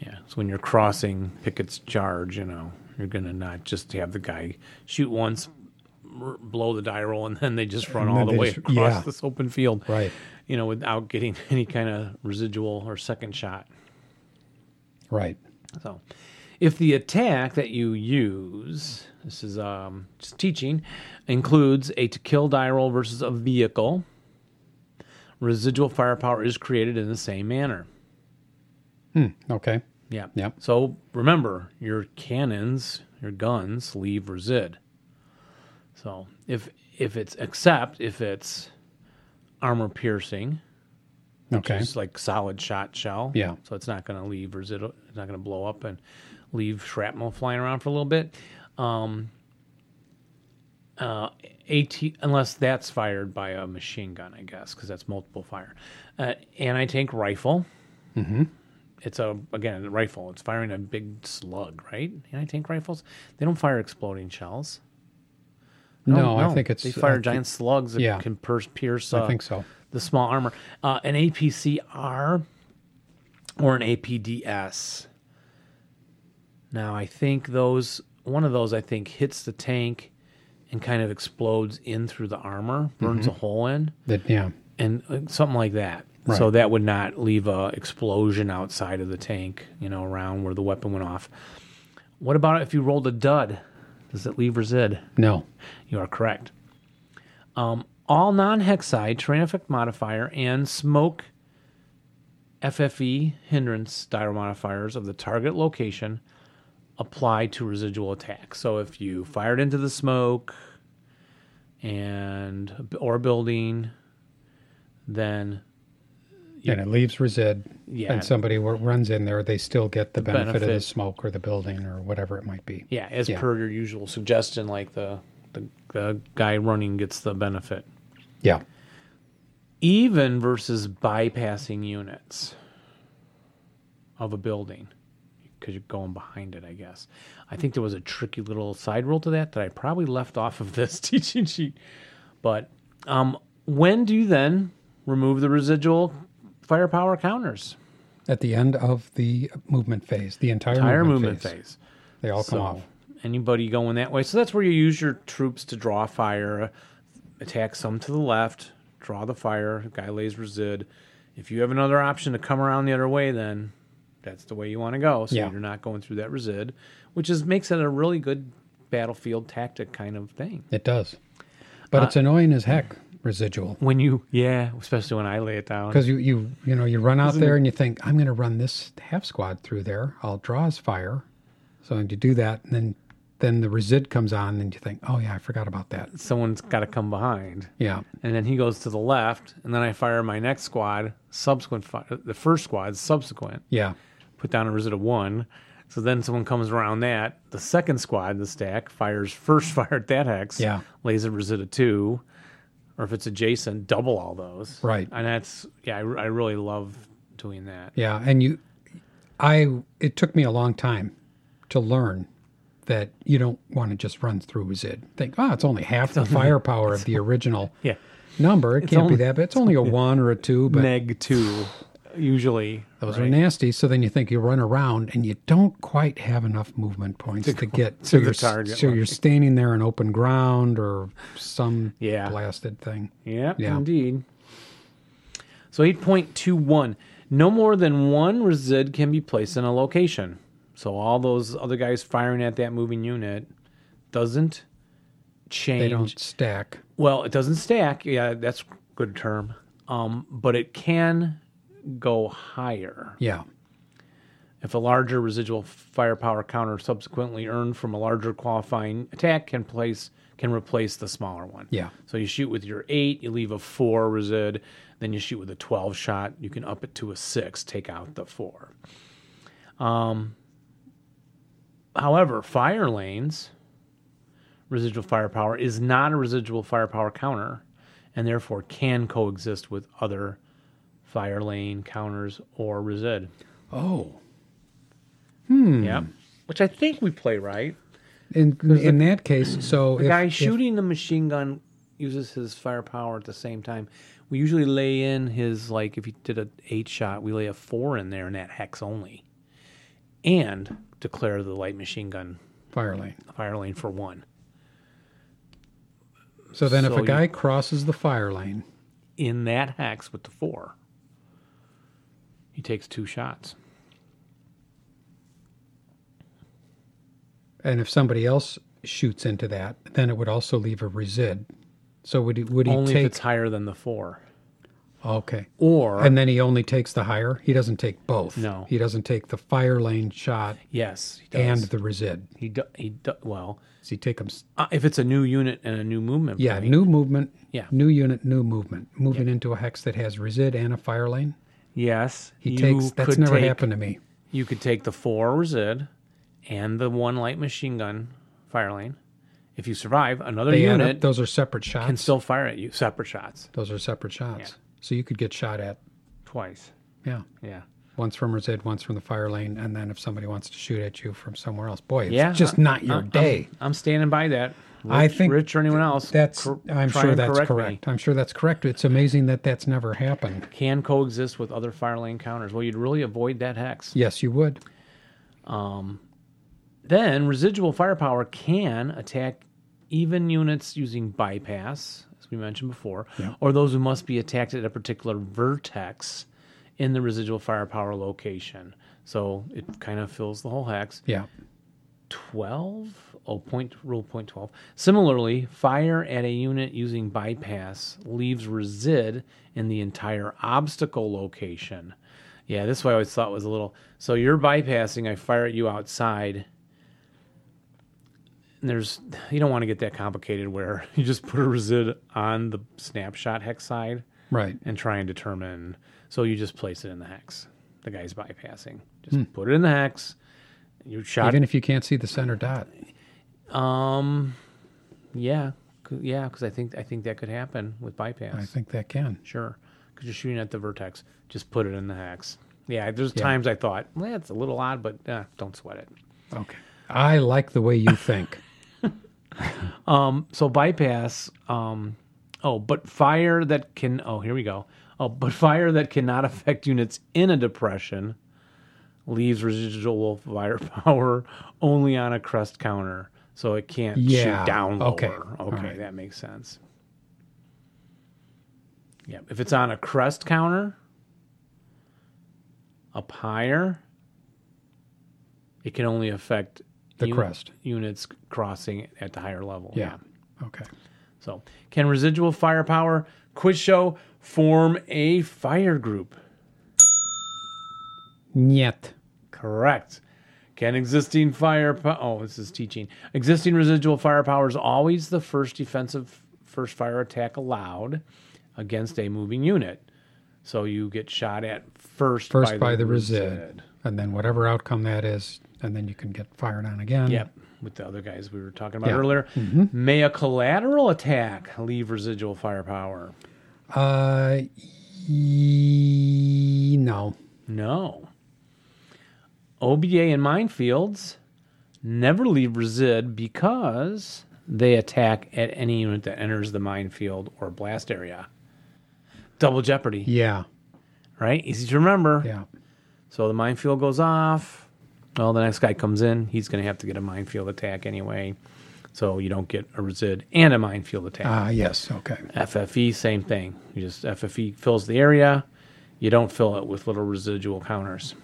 S2: Yeah. So when you're crossing Pickett's charge, you know, you're gonna not just have the guy shoot once, r- blow the die roll, and then they just run
S1: And then
S2: all the
S1: they
S2: way
S1: just-
S2: across
S1: yeah.
S2: this open field
S1: Right.
S2: you know, without getting any kind of residual or second shot.
S1: Right.
S2: So, if the attack that you use, this is um, just teaching, includes a to kill die roll versus a vehicle, residual firepower is created in the same manner.
S1: Okay.
S2: Yeah.
S1: Yep.
S2: So remember, your cannons, your guns leave resid. So if if it's except if it's armor piercing,
S1: Okay.
S2: It's like solid shot shell.
S1: Yeah.
S2: So it's not going to leave residual. It's not going to blow up and leave shrapnel flying around for a little bit. Um, uh, AT, unless that's fired by a machine gun, I guess, because that's multiple fire. Uh, anti-tank rifle. Mm-hmm. It's a again a rifle. It's firing a big slug, right? Anti-tank rifles. They don't fire exploding shells.
S1: No, I think it's-
S2: they
S1: I
S2: fire
S1: thi-
S2: giant slugs that
S1: Yeah.
S2: can pierce pierce.
S1: I
S2: uh,
S1: think so.
S2: the small armor. Uh, an APCR or an APDS. Now I think those one of those I think hits the tank and kind of explodes in through the armor, burns a hole in,
S1: That yeah.
S2: and uh, something like that. So
S1: Right.
S2: that would not leave a explosion outside of the tank, you know, around where the weapon went off. What about if you rolled a dud? Does it leave resid?
S1: No.
S2: You are correct. Um, all non hexide terrain effect modifier and smoke FFE hindrance dire modifiers of the target location apply to residual attack. So if you fired into the smoke and or a building, then
S1: And it leaves resid.
S2: Yeah.
S1: And somebody wa- runs in there, they still get the, benefit, of the
S2: benefit.
S1: smoke or the building or whatever it might be.
S2: yeah, as
S1: Yeah.
S2: per your usual suggestion, like the, the the guy running gets the benefit.
S1: Yeah.
S2: even versus bypassing units of a building because you're going behind it, I guess. I think there was a tricky little side rule to that that I probably left off of this teaching sheet. But um, when do you then remove the residual firepower counters?
S1: At the end of the movement phase, the entire,
S2: Higher
S1: movement, phase,
S2: phase.
S1: they all come
S2: So,
S1: off.
S2: Anybody going that way? So that's where you use your troops to draw fire, attack some to the left, draw the fire. Guy lays resid. If you have another option to come around the other way, then that's the way you want to go. So
S1: Yeah.
S2: you're not going through that resid, which is makes it a really good battlefield tactic kind of thing.
S1: It does.
S2: Uh,
S1: But it's annoying as heck, residual.
S2: When you, yeah, especially when I lay it down.
S1: because you you you know you run out there and you think I'm going to run this half squad through there. I'll draw his fire, so you do that, and then then the resid comes on, and you think, oh yeah, I forgot about that.
S2: Someone's got to come behind.
S1: Yeah,
S2: And then he goes to the left, and then I fire my next squad, subsequent, fi- the first squad, subsequent,
S1: yeah,
S2: put down a resid of one. So then someone comes around that. The second squad in the stack fires first fire at that hex,
S1: Yeah.
S2: lays a resid of two, or if it's adjacent, double all those.
S1: Right.
S2: And that's, yeah, I, I really love doing that.
S1: yeah. And you, I, it took me a long time to learn that you don't want to just run through resid. Think, oh, it's only half the firepower of the original
S2: Yeah.
S1: number. It can't
S2: only-
S1: be that, but it's only a one or a two. But
S2: Neg two, usually.
S1: Those are nasty. So then you think you run around and you don't quite have enough movement points to, get so
S2: the
S1: you're,
S2: target,
S1: So
S2: right.
S1: you're standing there in open ground or some
S2: Yeah.
S1: blasted thing.
S2: Yeah,
S1: Yeah.
S2: indeed. So 8.21. No more than one resid can be placed in a location. So all those other guys firing at that moving unit doesn't change.
S1: They don't stack.
S2: Well, it doesn't stack. Yeah, that's a good term. Um, but it can go higher.
S1: Yeah.
S2: If a larger residual firepower counter subsequently earned from a larger qualifying attack can place can replace the smaller one.
S1: Yeah.
S2: So you shoot with your eight, you leave a four resid, then you shoot with a twelve shot, you can up it to a six, take out the four. Um, however, fire lanes residual firepower is not a residual firepower counter, and therefore can coexist with other fire lane counters or resid.
S1: Oh.
S2: Yep. Hmm. Which I think we play right.
S1: In in that case, so
S2: The
S1: if,
S2: guy
S1: if-
S2: shooting the machine gun uses his firepower at the same time. We usually lay in his like if he did a eight shot, we lay a four in there in that hex only, and declare the light machine gun
S1: fire lane.
S2: fire lane for one
S1: So then, if
S2: So
S1: a
S2: you-
S1: guy crosses the fire lane,
S2: in that hex with the four. He takes two shots.
S1: and if somebody else shoots into that, then it would also leave a resid. So would he would he
S2: Only if
S1: take?
S2: it's higher than the four.
S1: Okay.
S2: Or
S1: And then he only takes the higher. He doesn't take both.
S2: No.
S1: He doesn't take the fire lane shot
S2: yes, he
S1: and
S2: does.
S1: the resid.
S2: he do, he do, well,
S1: Does he take them
S2: uh, if it's a new unit and a new movement,
S1: Yeah,
S2: point,
S1: new movement.
S2: Yeah.
S1: New unit, new movement. Moving into a hex that has resid and a fire lane.
S2: Yes,
S1: He
S2: you
S1: takes that's never
S2: take,
S1: happened to me.
S2: You could take the four resid and the one light machine gun fire lane. If you survive, another
S1: They add up,
S2: unit
S1: those are separate
S2: can
S1: shots.
S2: still fire at you. Separate shots
S1: those are separate shots. So you could get shot at.
S2: twice.
S1: Yeah.
S2: Yeah,
S1: Once from resid, once from the fire lane, and then if somebody wants to shoot at you from somewhere else, boy, it's
S2: yeah.
S1: just
S2: I-
S1: not your
S2: I- I'm-
S1: day.
S2: I'm, standing by that. Rich,
S1: I think
S2: Rich or anyone else.
S1: that's
S2: cor-
S1: I'm
S2: try
S1: sure
S2: and
S1: that's
S2: correct me,
S1: correct. I'm sure that's correct. It's amazing that that's never happened.
S2: Can coexist with other fire lane counters. Well, you'd really avoid that hex.
S1: Yes, you would.
S2: Then residual firepower can attack even units using bypass, as we mentioned before, or those who must be attacked at a particular vertex in the residual firepower location. So it kind of fills the whole hex.
S1: Yeah.
S2: 12? Oh, point, rule point 12. Similarly, fire at a unit using bypass leaves resid in the entire obstacle location. Yeah, this one I always thought was a little. So you're bypassing, I fire at you outside. And there's, you don't want to get that complicated where you just put a resid on the snapshot hex side
S1: Right.
S2: and try and determine. So you just place it in the hex. The guy's bypassing. Just put it in the hex. You shot
S1: Even if you can't see the center dot.
S2: um, yeah, c- yeah, because I think I think that could happen with bypass.
S1: I think that can.
S2: Sure, because you're shooting at the vertex, just put it in the hex. Yeah, there's times I thought well, that's a little odd, but uh, don't sweat it.
S1: Okay. I like the way you think.
S2: So bypass. Um, oh, but fire that can. Oh, here we go. Oh, but fire that cannot affect units in a depression leaves residual firepower only on a crest counter, so it can't
S1: Yeah,
S2: shoot down lower.
S1: okay,
S2: Okay,
S1: all right.
S2: that makes sense. Yeah, if it's on a crest counter, up higher, it can only affect
S1: The
S2: uni-
S1: crest.
S2: units crossing at the higher level.
S1: Yeah. Okay.
S2: So, can residual firepower quiz show form a fire group?
S1: Yet.
S2: Correct. Can existing firepower? Oh, this is teaching. Existing residual firepower is always the first defensive first fire attack allowed against a moving unit. So you get shot at first.
S1: First by the resid. and then whatever outcome that is, and then you can get fired on again.
S2: Yep, with the other guys we were talking about
S1: Hmm. Yeah. Mm-hmm.
S2: earlier. May a collateral attack leave residual firepower?
S1: Uh, ye- no.
S2: No. OBA and minefields never leave resid because they attack at any unit that enters the minefield or blast area. Double jeopardy,
S1: Yeah.
S2: right? Easy to remember.
S1: Yeah.
S2: So the minefield goes off. Well, the next guy comes in. He's going to have to get a minefield attack anyway. So you don't get a resid and a minefield attack.
S1: Ah, yes. Okay.
S2: FFE, E, same thing. You just FFE fills the area. You don't fill it with little residual counters.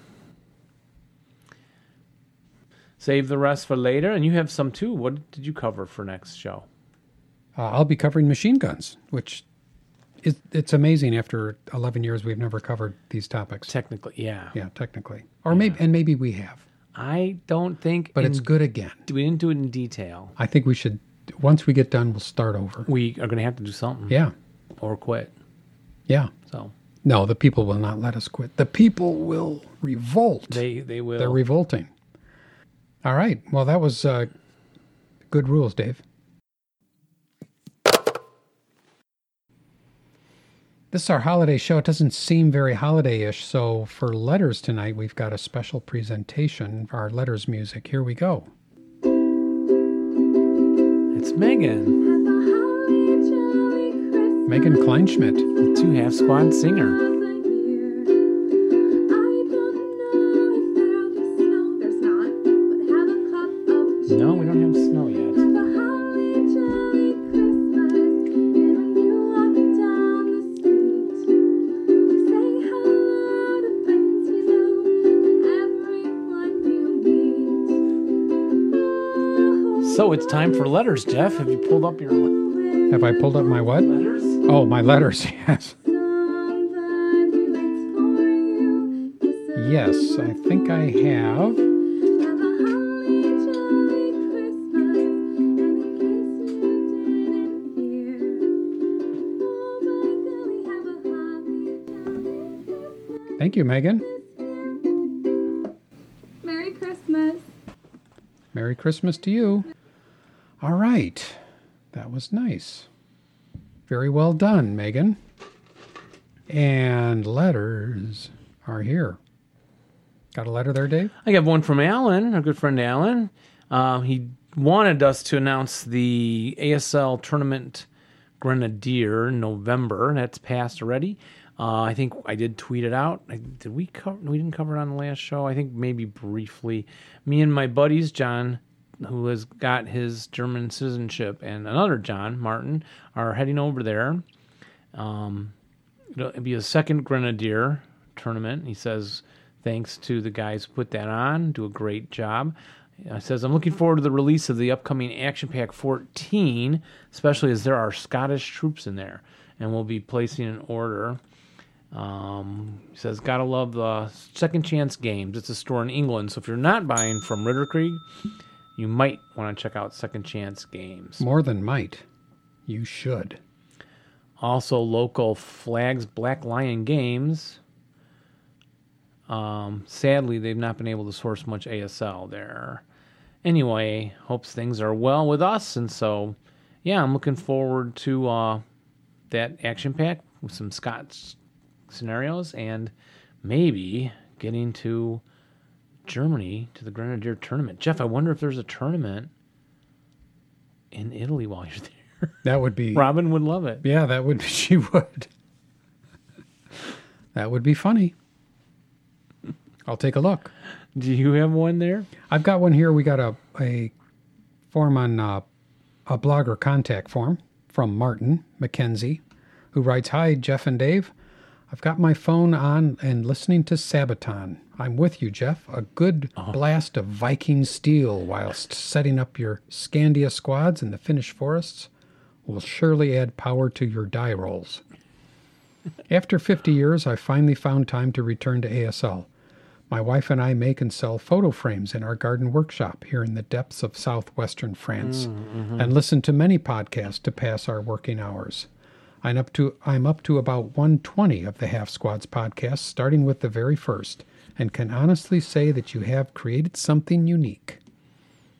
S2: Save the rest for later, and you have some too. What did you cover for next show?
S1: Uh, I'll be covering machine guns, which is, it's amazing. After 11 years, we've never covered these topics.
S2: Technically, yeah.
S1: yeah, technically, or maybe and maybe we have,
S2: I don't think,
S1: but
S2: in-
S1: it's good again.
S2: we didn't do it in detail.
S1: I think we should. Once we get done, we'll start over.
S2: We are going to have to do something
S1: Yeah.
S2: or quit.
S1: Yeah.
S2: So
S1: No, the people will not let us quit. The people will revolt.
S2: they they will.
S1: They're revolting. All right. Well, that was uh, good rules, Dave. This is our holiday show. It doesn't seem very holiday ish. So, for letters tonight, we've got a special presentation for our letters music. Here we go.
S2: it's Megan,
S1: Megan Kleinschmidt.
S2: the two half squad singer. No, we don't have snow yet. So it's time for letters, Jeff. Have you pulled up your le-
S1: Have I pulled up my what?
S2: letters?
S1: Oh, my letters. Yes. Yes. I think I have. Thank you, Megan.
S3: Merry Christmas.
S1: Merry Christmas to you. All right. That was nice. Very well done, Megan. And letters are here. Got a letter there, Dave?
S2: I got one from Alan, our good friend Alan. Uh, he wanted us to announce the ASL tournament Grenadier in November. That's passed already. Uh, I think I did tweet it out. I, did we cover? We didn't cover it on the last show. I think maybe briefly. Me and my buddies, John, who has got his German citizenship, and another John Martin, are heading over there. It'll be a second Grenadier tournament. He says, thanks to the guys who put that on, do a great job. Uh, says, I'm looking forward to the release of the upcoming Action Pack 14, especially as there are Scottish troops in there, and we'll be placing an order. Um, he says, Gotta love the Second Chance Games. It's a store in England, so if you're not buying from Ritter Krieg, you might want to check out Second Chance Games.
S1: More than might. You should.
S2: also local flags black lion games um, sadly they've not been able to source much asl there anyway hopes things are well with us and so yeah i'm looking forward to uh, that action pack with some scots scenarios and maybe getting to germany to the grenadier tournament jeff i wonder if there's a tournament in italy while you're there
S1: That would be.
S2: robin would love it
S1: Yeah, that would be. She would. That would be funny. I'll take a look.
S2: Do you have one there?
S1: I've got one here. We got a, a form on uh, a blogger contact form from Martin McKenzie, who writes Hi, Jeff and Dave. I've got my phone on and listening to Sabaton. I'm with you, Jeff. A good blast of Viking steel whilst setting up your Scandia squads in the Finnish forests will surely add power to your die rolls. After 50 years, I finally found time to return to ASL. My wife and I make and sell photo frames in our garden workshop here in the depths of southwestern France and listen to many podcasts to pass our working hours. I'm up to I'm up to about 120 of the Half Squads podcasts starting with the very first and can honestly say that you have created something unique.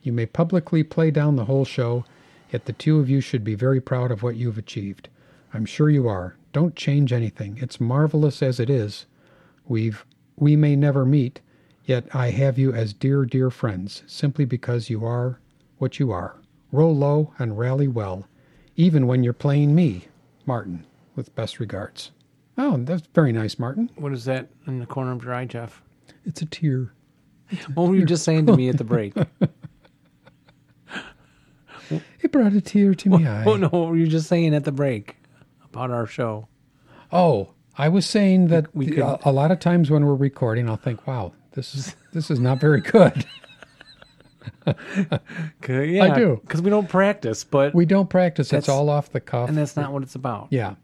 S1: You may publicly play down the whole show, yet the two of you should be very proud of what you've achieved. I'm sure you are. Don't change anything. It's marvelous as it is. We've we may never meet, yet I have you as dear, dear friends, simply because you are what you are. Roll low and rally well, even when you're playing me, Martin, with best regards. Oh, that's very nice, Martin.
S2: What is that in the corner of your eye, Jeff?
S1: It's a tear.
S2: What were you just saying to me at the break?
S1: It brought a tear to my eye.
S2: Oh no, what were you just saying at the break about our show?
S1: Oh, I was saying that
S2: We
S1: the-
S2: could-
S1: a, a lot of times when we're recording, I'll think, "Wow, this is this is not very good."
S2: Yeah,
S1: do.
S2: because we don't practice, but
S1: We don't practice; it's
S2: That's-
S1: all off the cuff.
S2: and that's not what it's about.
S1: yeah,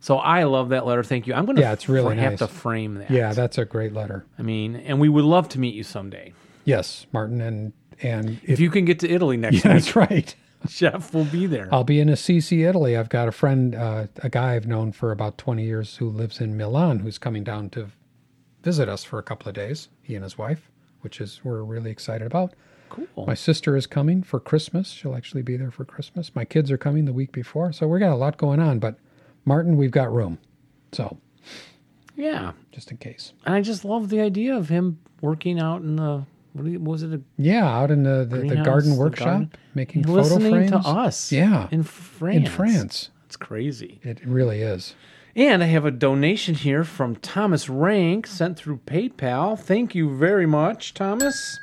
S2: So I love that letter. Thank you. I'm gonna
S1: Yeah, it's really
S2: have
S1: nice.
S2: to frame that.
S1: yeah, that's a great letter.
S2: I mean, and we would love to meet you someday.
S1: Yes, Martin, and and
S2: If you can get to Italy next
S1: that's right.
S2: week, Jeff will be there.
S1: I'll be in Assisi, Italy. I've got a friend, uh, a guy I've known for about 20 years who lives in Milan, who's coming down to visit us for a couple of days. He and his wife, which is we're really excited about.
S2: cool.
S1: My sister is coming for Christmas. She'll actually be there for Christmas. My kids are coming the week before, so we got a lot going on. But Martin, we've got room, so
S2: yeah,
S1: just in case.
S2: and I just love the idea of him working out in the what do you- what was it? A,
S1: Yeah, out in the the, the
S2: Greenhouse,
S1: garden
S2: the
S1: workshop,
S2: garden.
S1: making photo
S2: listening
S1: frames
S2: to us.
S1: Yeah,
S2: in France.
S1: in France.
S2: it's crazy.
S1: It really is.
S2: And I have a donation here from Thomas Rank sent through PayPal. Thank you very much, Thomas,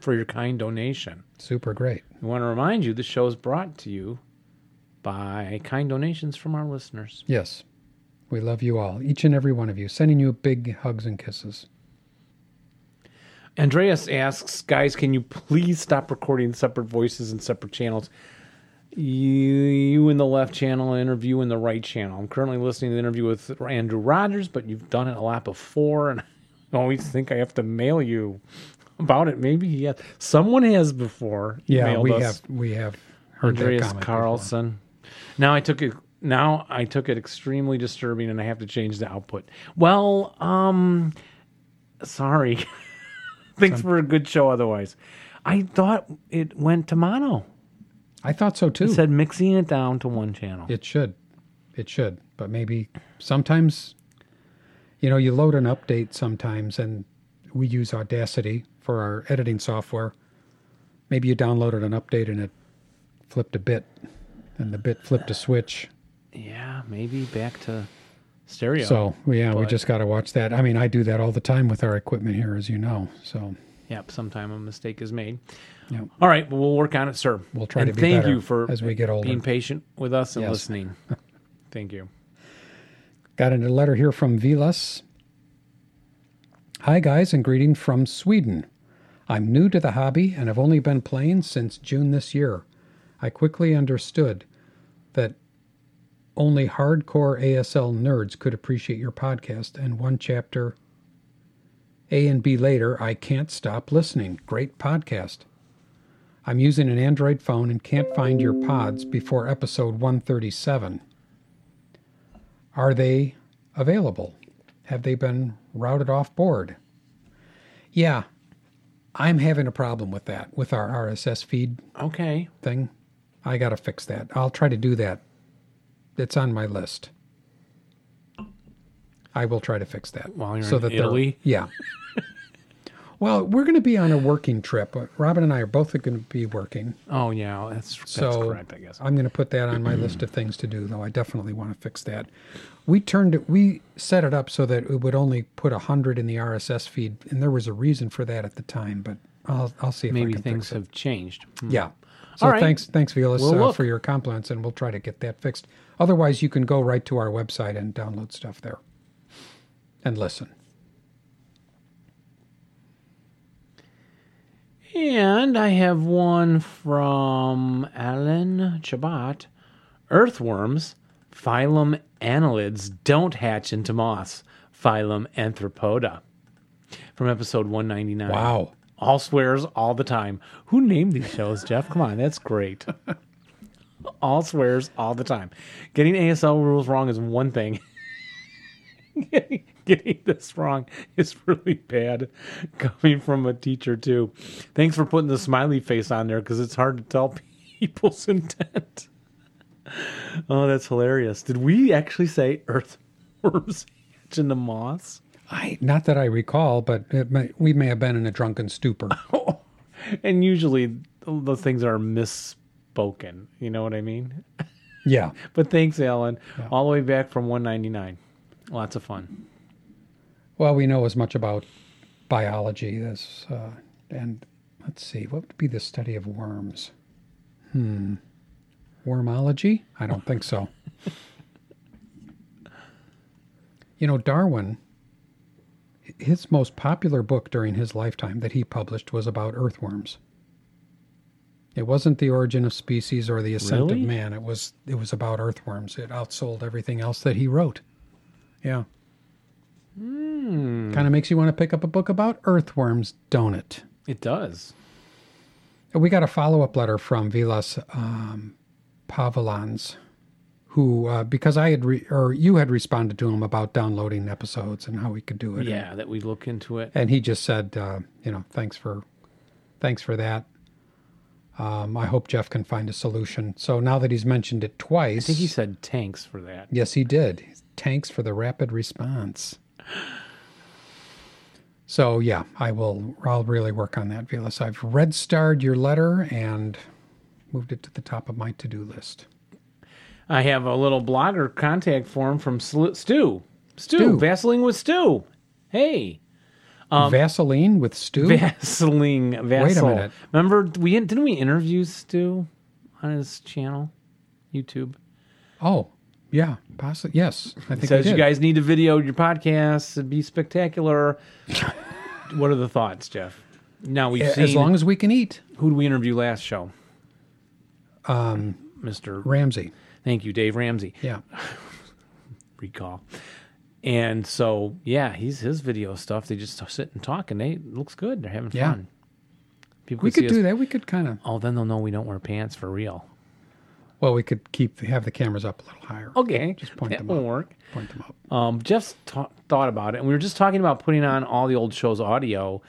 S2: for your kind donation.
S1: Super great.
S2: We want to remind you the show is brought to you by kind donations from our listeners.
S1: Yes. We love you all, each and every one of you. Sending you big hugs and kisses.
S2: Andreas asks, guys, can you please stop recording separate voices and separate channels? You, you in the left channel, interview in the right channel. I'm currently listening to the interview with Andrew Rogers, but you've done it a lot before, and I always think I have to mail you about it. Maybe he has, someone has before.
S1: Yeah,
S2: emailed
S1: we
S2: us.
S1: have we have heard that
S2: Andreas
S1: comment. before.
S2: Carlson. Now I took it. Now I took it extremely disturbing, and I have to change the output. Well, um, sorry. Thanks for a good show. Otherwise, I thought it went to mono.
S1: I thought so too.
S2: It said mixing it down to one channel.
S1: It should. It should. But maybe sometimes, you know, you load an update sometimes, and we use Audacity for our editing software. Maybe you downloaded an update and it flipped a bit, and the bit flipped a switch.
S2: Yeah, maybe back to stereo.
S1: So, yeah, we
S2: But-
S1: just got to watch that. I mean, I do that all the time with our equipment here, as you know. So,
S2: Yep, sometime a mistake is made.
S1: Yep.
S2: All right, well, we'll work on it, sir.
S1: We'll try
S2: and
S1: to be
S2: thank
S1: better
S2: you for
S1: as we get older.
S2: being patient with us and
S1: Yes.
S2: listening. thank you.
S1: Got a letter here from Vilas. Hi, guys, and greeting from Sweden. I'm new to the hobby and have only been playing since June this year. I quickly understood that only hardcore ASL nerds could appreciate your podcast, and one chapter A and B later, I can't stop listening. Great podcast. I'm using an Android phone and can't find your pods before episode 137. Are they available? Have they been routed off board? Yeah, I'm having a problem with that, with our RSS feed
S2: Okay.
S1: thing. I got to fix that. I'll try to do that. It's on my list. I will try to fix that.
S2: While you're in
S1: they're-
S2: Italy?
S1: Yeah. well, we're going to be on a working trip. Robin and I are both going to be working.
S2: Oh yeah, that's that's
S1: So
S2: correct, I guess.
S1: I'm going to put that on my list of things to do, though. I definitely want to fix that. We turned it, we set it up so that it would only put 100 in the RSS feed, and there was a reason for that at the time, but I'll, I'll see if I
S2: Maybe
S1: can
S2: things
S1: fix it.
S2: have changed. Hmm.
S1: Yeah. So
S2: All right.
S1: thanks, thanks, Violas,
S2: We'll
S1: uh,
S2: look.
S1: for your compliments, and we'll try to get that fixed. Otherwise, you can go right to our website and download stuff there and listen.
S2: And I have one from Alan Chabot. Earthworms, phylum annelids don't hatch into moss. Phylum Anthropoda. from episode 199.
S1: Wow.
S2: All swears all the time. Who named these shows, Jeff? Come on, that's great. all swears all the time. Getting ASL rules wrong is one thing. getting, getting this wrong is really bad coming from a teacher too. Thanks for putting the smiley face on there because it's hard to tell people's intent. Oh, that's hilarious. Did we actually say earthworms hatch into moths?
S1: I not that I recall, but it may, we may have been in a drunken stupor.
S2: And usually those things are misspoken. You know what I mean?
S1: yeah.
S2: But thanks, Alan. All the way back from 199. Lots of fun.
S1: Well, we know as much about biology as, uh, and let's see, what would be the study of worms? Hmm. Wormology? I don't think so. you know, Darwin, his most popular book during his lifetime that he published was about earthworms. It wasn't the origin of species or the ascent
S2: Really?
S1: of man. It was it was about earthworms. It outsold everything else that he wrote. Yeah. Kind of makes you want to pick up a book about earthworms, don't it?
S2: It does.
S1: We got a follow up letter from Vilas um, Pavilans, who, uh, because I had, re- or you had responded to him about downloading episodes and how we could do it.
S2: Yeah, that we look into it.
S1: And he just said, uh, you know, thanks for, thanks for that. Um, I hope Jeff can find a solution. So now that he's mentioned it twice,
S2: I think he said tanks for that.
S1: Yes, he did. Tanks for the rapid response. So yeah, I will. I'll really work on that, Velas. I've red starred your letter and moved it to the top of my to do list.
S2: I have a little blogger contact form from Sl- Stu. Stu,
S1: Stu.
S2: Vaseline with Stu. Hey, Um,
S1: Vaseline with stew.
S2: Vaseline. Vaseline.
S1: minute.
S2: Remember, we didn't we interview Stu on his channel, YouTube?
S1: oh, yeah, possibly. Yes, I think
S2: Says
S1: we
S2: you
S1: did.
S2: guys need to video your podcast. It'd be spectacular. what are the thoughts, Jeff? Now we've
S1: A-
S2: seen
S1: as long as we can eat,
S2: who did we interview last show? Um, Mr.
S1: Ramsey.
S2: Thank you, Dave Ramsey.
S1: Yeah,
S2: recall. And so, yeah, he's his video stuff. They just sit and talk, and they it looks good. They're having
S1: Yeah.
S2: fun. People
S1: we
S2: can
S1: could
S2: see
S1: do
S2: us-
S1: that. We could kind of.
S2: Oh, then they'll know we don't wear pants for real.
S1: Well, we could keep have the cameras up a little higher.
S2: Okay,
S1: Just point
S2: that
S1: them
S2: will
S1: out.
S2: work.
S1: Point them up.
S2: Um, Jeff's ta- thought about it, and we were just talking about putting on all the old show's audio,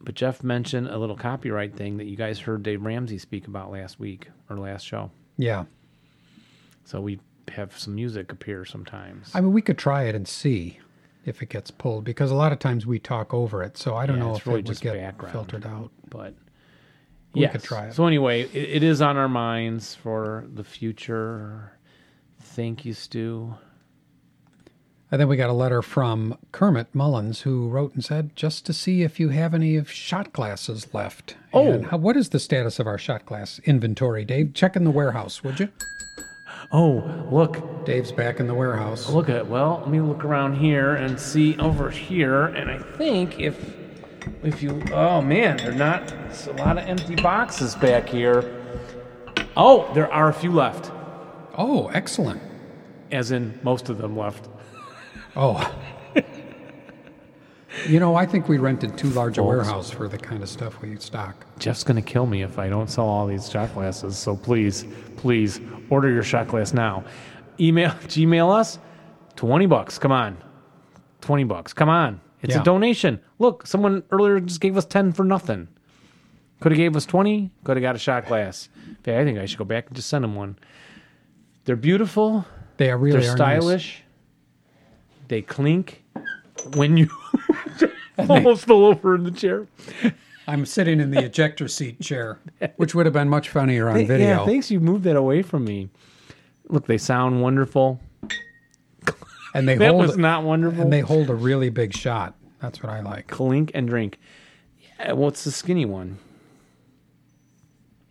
S2: but Jeff mentioned a little copyright thing that you guys heard Dave Ramsey speak about last week or last show.
S1: Yeah,
S2: So we have some music appear sometimes.
S1: I mean, we could try it and see if it gets pulled because a lot of times we talk over it, so I don't
S2: Yeah,
S1: know
S2: it's
S1: if
S2: really
S1: it would
S2: just
S1: get
S2: background.
S1: filtered out.
S2: but
S1: We
S2: yeah,
S1: could try it.
S2: So anyway, it, it is on our minds for the future. Thank you, Stu.
S1: And then we got a letter from Kermit Mullins who wrote and said, just to see if you have any of shot glasses left.
S2: Oh.
S1: And how, what is the status of our shot glass inventory, Dave? Check in the warehouse, would you?
S2: Oh, look,
S1: Dave's back in the warehouse.
S2: look at well. Let me look around here and see over here. And I think if if you oh man, they're not. It's a lot of empty boxes back here. Oh, there are a few left,
S1: Oh, excellent.
S2: as in most of them left.
S1: Oh. you know, I think we rented too large a warehouse for the kind of stuff we stock.
S2: Jeff's gonna kill me if I don't sell all these shot glasses. So please, please order your shot glass now. Email, Gmail us. Twenty bucks. Come on. Twenty bucks. Come on. It's
S1: Yeah.
S2: a donation. Look, someone earlier just gave us ten for nothing. Could have gave us twenty. Could have got a shot glass. In fact, I think I should go back and just send them one. They're beautiful.
S1: They are really
S2: They're
S1: are nice.
S2: stylish. They clink when you almost fell over in the chair.
S1: I'm sitting in the ejector seat chair, which would have been much funnier on
S2: Th-
S1: video.
S2: Yeah, thanks. You moved that away from me. Look, they sound wonderful.
S1: and they
S2: That
S1: hold
S2: was not wonderful.
S1: and they hold a really big shot. That's what I like.
S2: clink and drink. Yeah, well, it's the skinny one.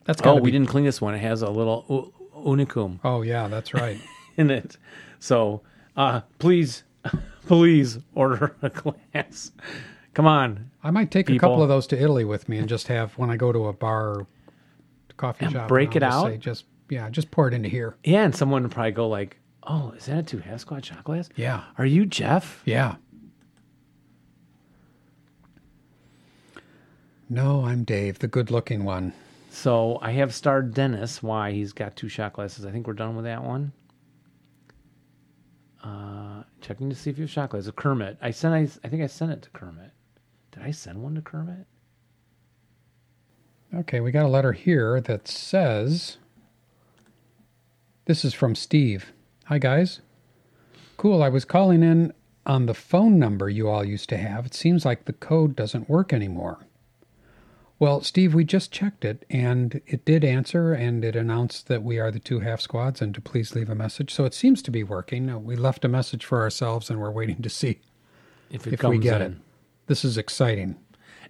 S1: That's
S2: Oh,
S1: gotta
S2: we
S1: be.
S2: didn't clean this one. It has a little u- unicum
S1: Oh yeah, that's right.
S2: in it. So, uh, please, please order a glass. Come on,
S1: I might take a
S2: People.
S1: couple of those to Italy with me and just have when I go to a bar, or coffee shop,
S2: break
S1: and
S2: it
S1: I'll just
S2: out?
S1: Say, just yeah, just pour it into here.
S2: yeah. And someone would probably go like, "Oh, is that a two half squat shot glass?
S1: Yeah,
S2: Are you Jeff?
S1: yeah. No, I'm Dave, the good looking one.
S2: So I have starred Dennis. Why he's got two shot glasses. I think we're done with that one. Uh, checking to see if you have shot glasses. Kermit. I sent. I, I think I sent it to Kermit. Did I send one to Kermit?
S1: Okay, we got a letter here that says This is from Steve. Hi, guys. Cool, I was calling in on the phone number you all used to have. It seems like the code doesn't work anymore. Well, Steve, we just checked it and it did answer and it announced that we are the two half squads and to please leave a message. So it seems to be working. We left a message for ourselves and we're waiting to see
S2: it
S1: if we get it. This is exciting.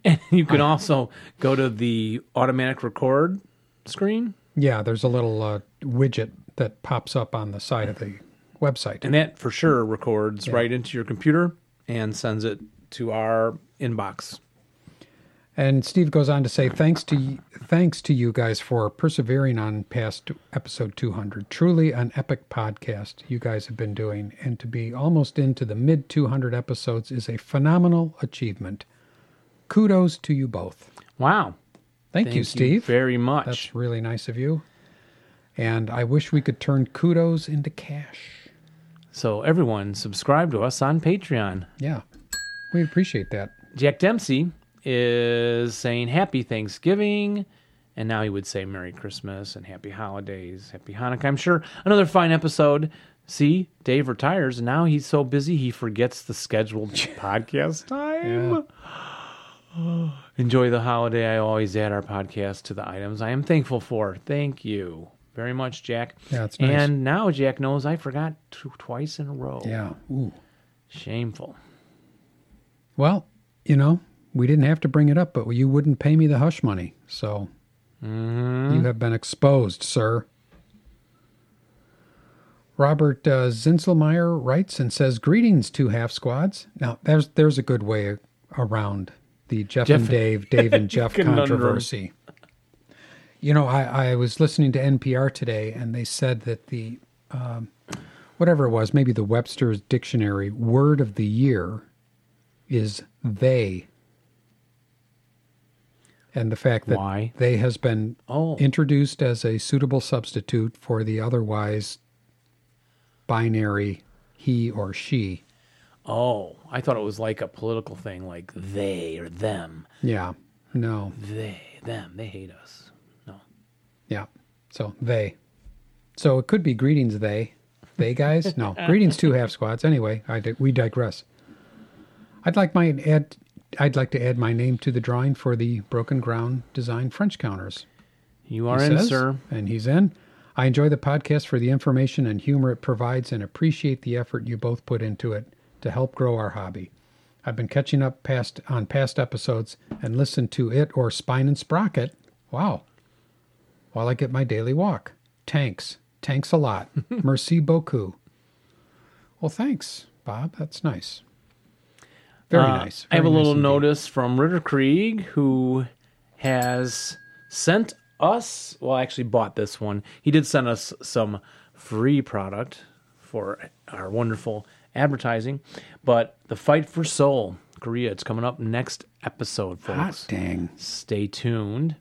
S2: And you can also go to the automatic record screen,
S1: Yeah, there's a little uh, widget that pops up on the side of the website.
S2: and that for sure records right into your computer and sends it to our inbox.
S1: And Steve goes on to say, "Thanks to y- thanks to you guys for persevering on past episode 200. Truly an epic podcast you guys have been doing, and to be almost into the mid 200 episodes is a phenomenal achievement. Kudos to you both.
S2: Wow.
S1: Thank, you, Steve.
S2: very much.
S1: That's really nice of you. And I wish we could turn kudos into cash.
S2: So everyone, subscribe to us on Patreon.
S1: Yeah, we appreciate that.
S2: Jack Dempsey is saying happy Thanksgiving. And now he would say Merry Christmas and Happy Holidays, Happy Hanukkah. I'm sure another fine episode. See, Dave retires, and now he's so busy he forgets the scheduled podcast time. Enjoy the holiday. I always add our podcast to the items I am thankful for. Thank you very much, Jack.
S1: Yeah, it's nice.
S2: And now Jack knows I forgot t- twice in a row.
S1: Yeah. Ooh.
S2: Shameful.
S1: Well, you know, we didn't have to bring it up, but you wouldn't pay me the hush money. So you have been exposed, sir. Robert uh, Zinselmeyer writes and says, Greetings, two half squads. Now, there's, there's a good way around the Jeff, and
S2: Jeff-
S1: Dave, Dave and Jeff
S2: Conundrum.
S1: controversy. You know, I, I was listening to NPR today, and they said that the whatever it was, maybe the Webster's Dictionary word of the year is they. And the fact that
S2: Why?
S1: they has been
S2: Oh.
S1: introduced as a suitable substitute for the otherwise binary he or she.
S2: Oh, I thought it was like a political thing, like they or them,
S1: Yeah. No.
S2: they, them, they hate us. No.
S1: Yeah. So they. So it could be greetings they, they guys. No, greetings to half squads. Anyway, I di- we digress. I'd like my add. I'd like to add my name to the drawing for the broken ground design French counters.
S2: You
S1: he
S2: are in,
S1: says,
S2: sir.
S1: and he's in. I enjoy the podcast for the information and humor it provides, and appreciate the effort you both put into it to help grow our hobby. I've been catching up past on past episodes and listen to it or Spine and Sprocket. Wow while I get my daily walk. Tanks. Tanks a lot. Merci beaucoup. Well, thanks, Bob. That's nice. Very
S2: Uh,
S1: nice.
S2: I have a
S1: Very nice
S2: little
S1: indeed.
S2: notice from Ritter Krieg, who has sent us, well, I actually bought this one. He did send us some free product for our wonderful advertising, but the fight for Seoul, Korea, it's coming up next episode, folks.
S1: Hot dang.
S2: Stay tuned.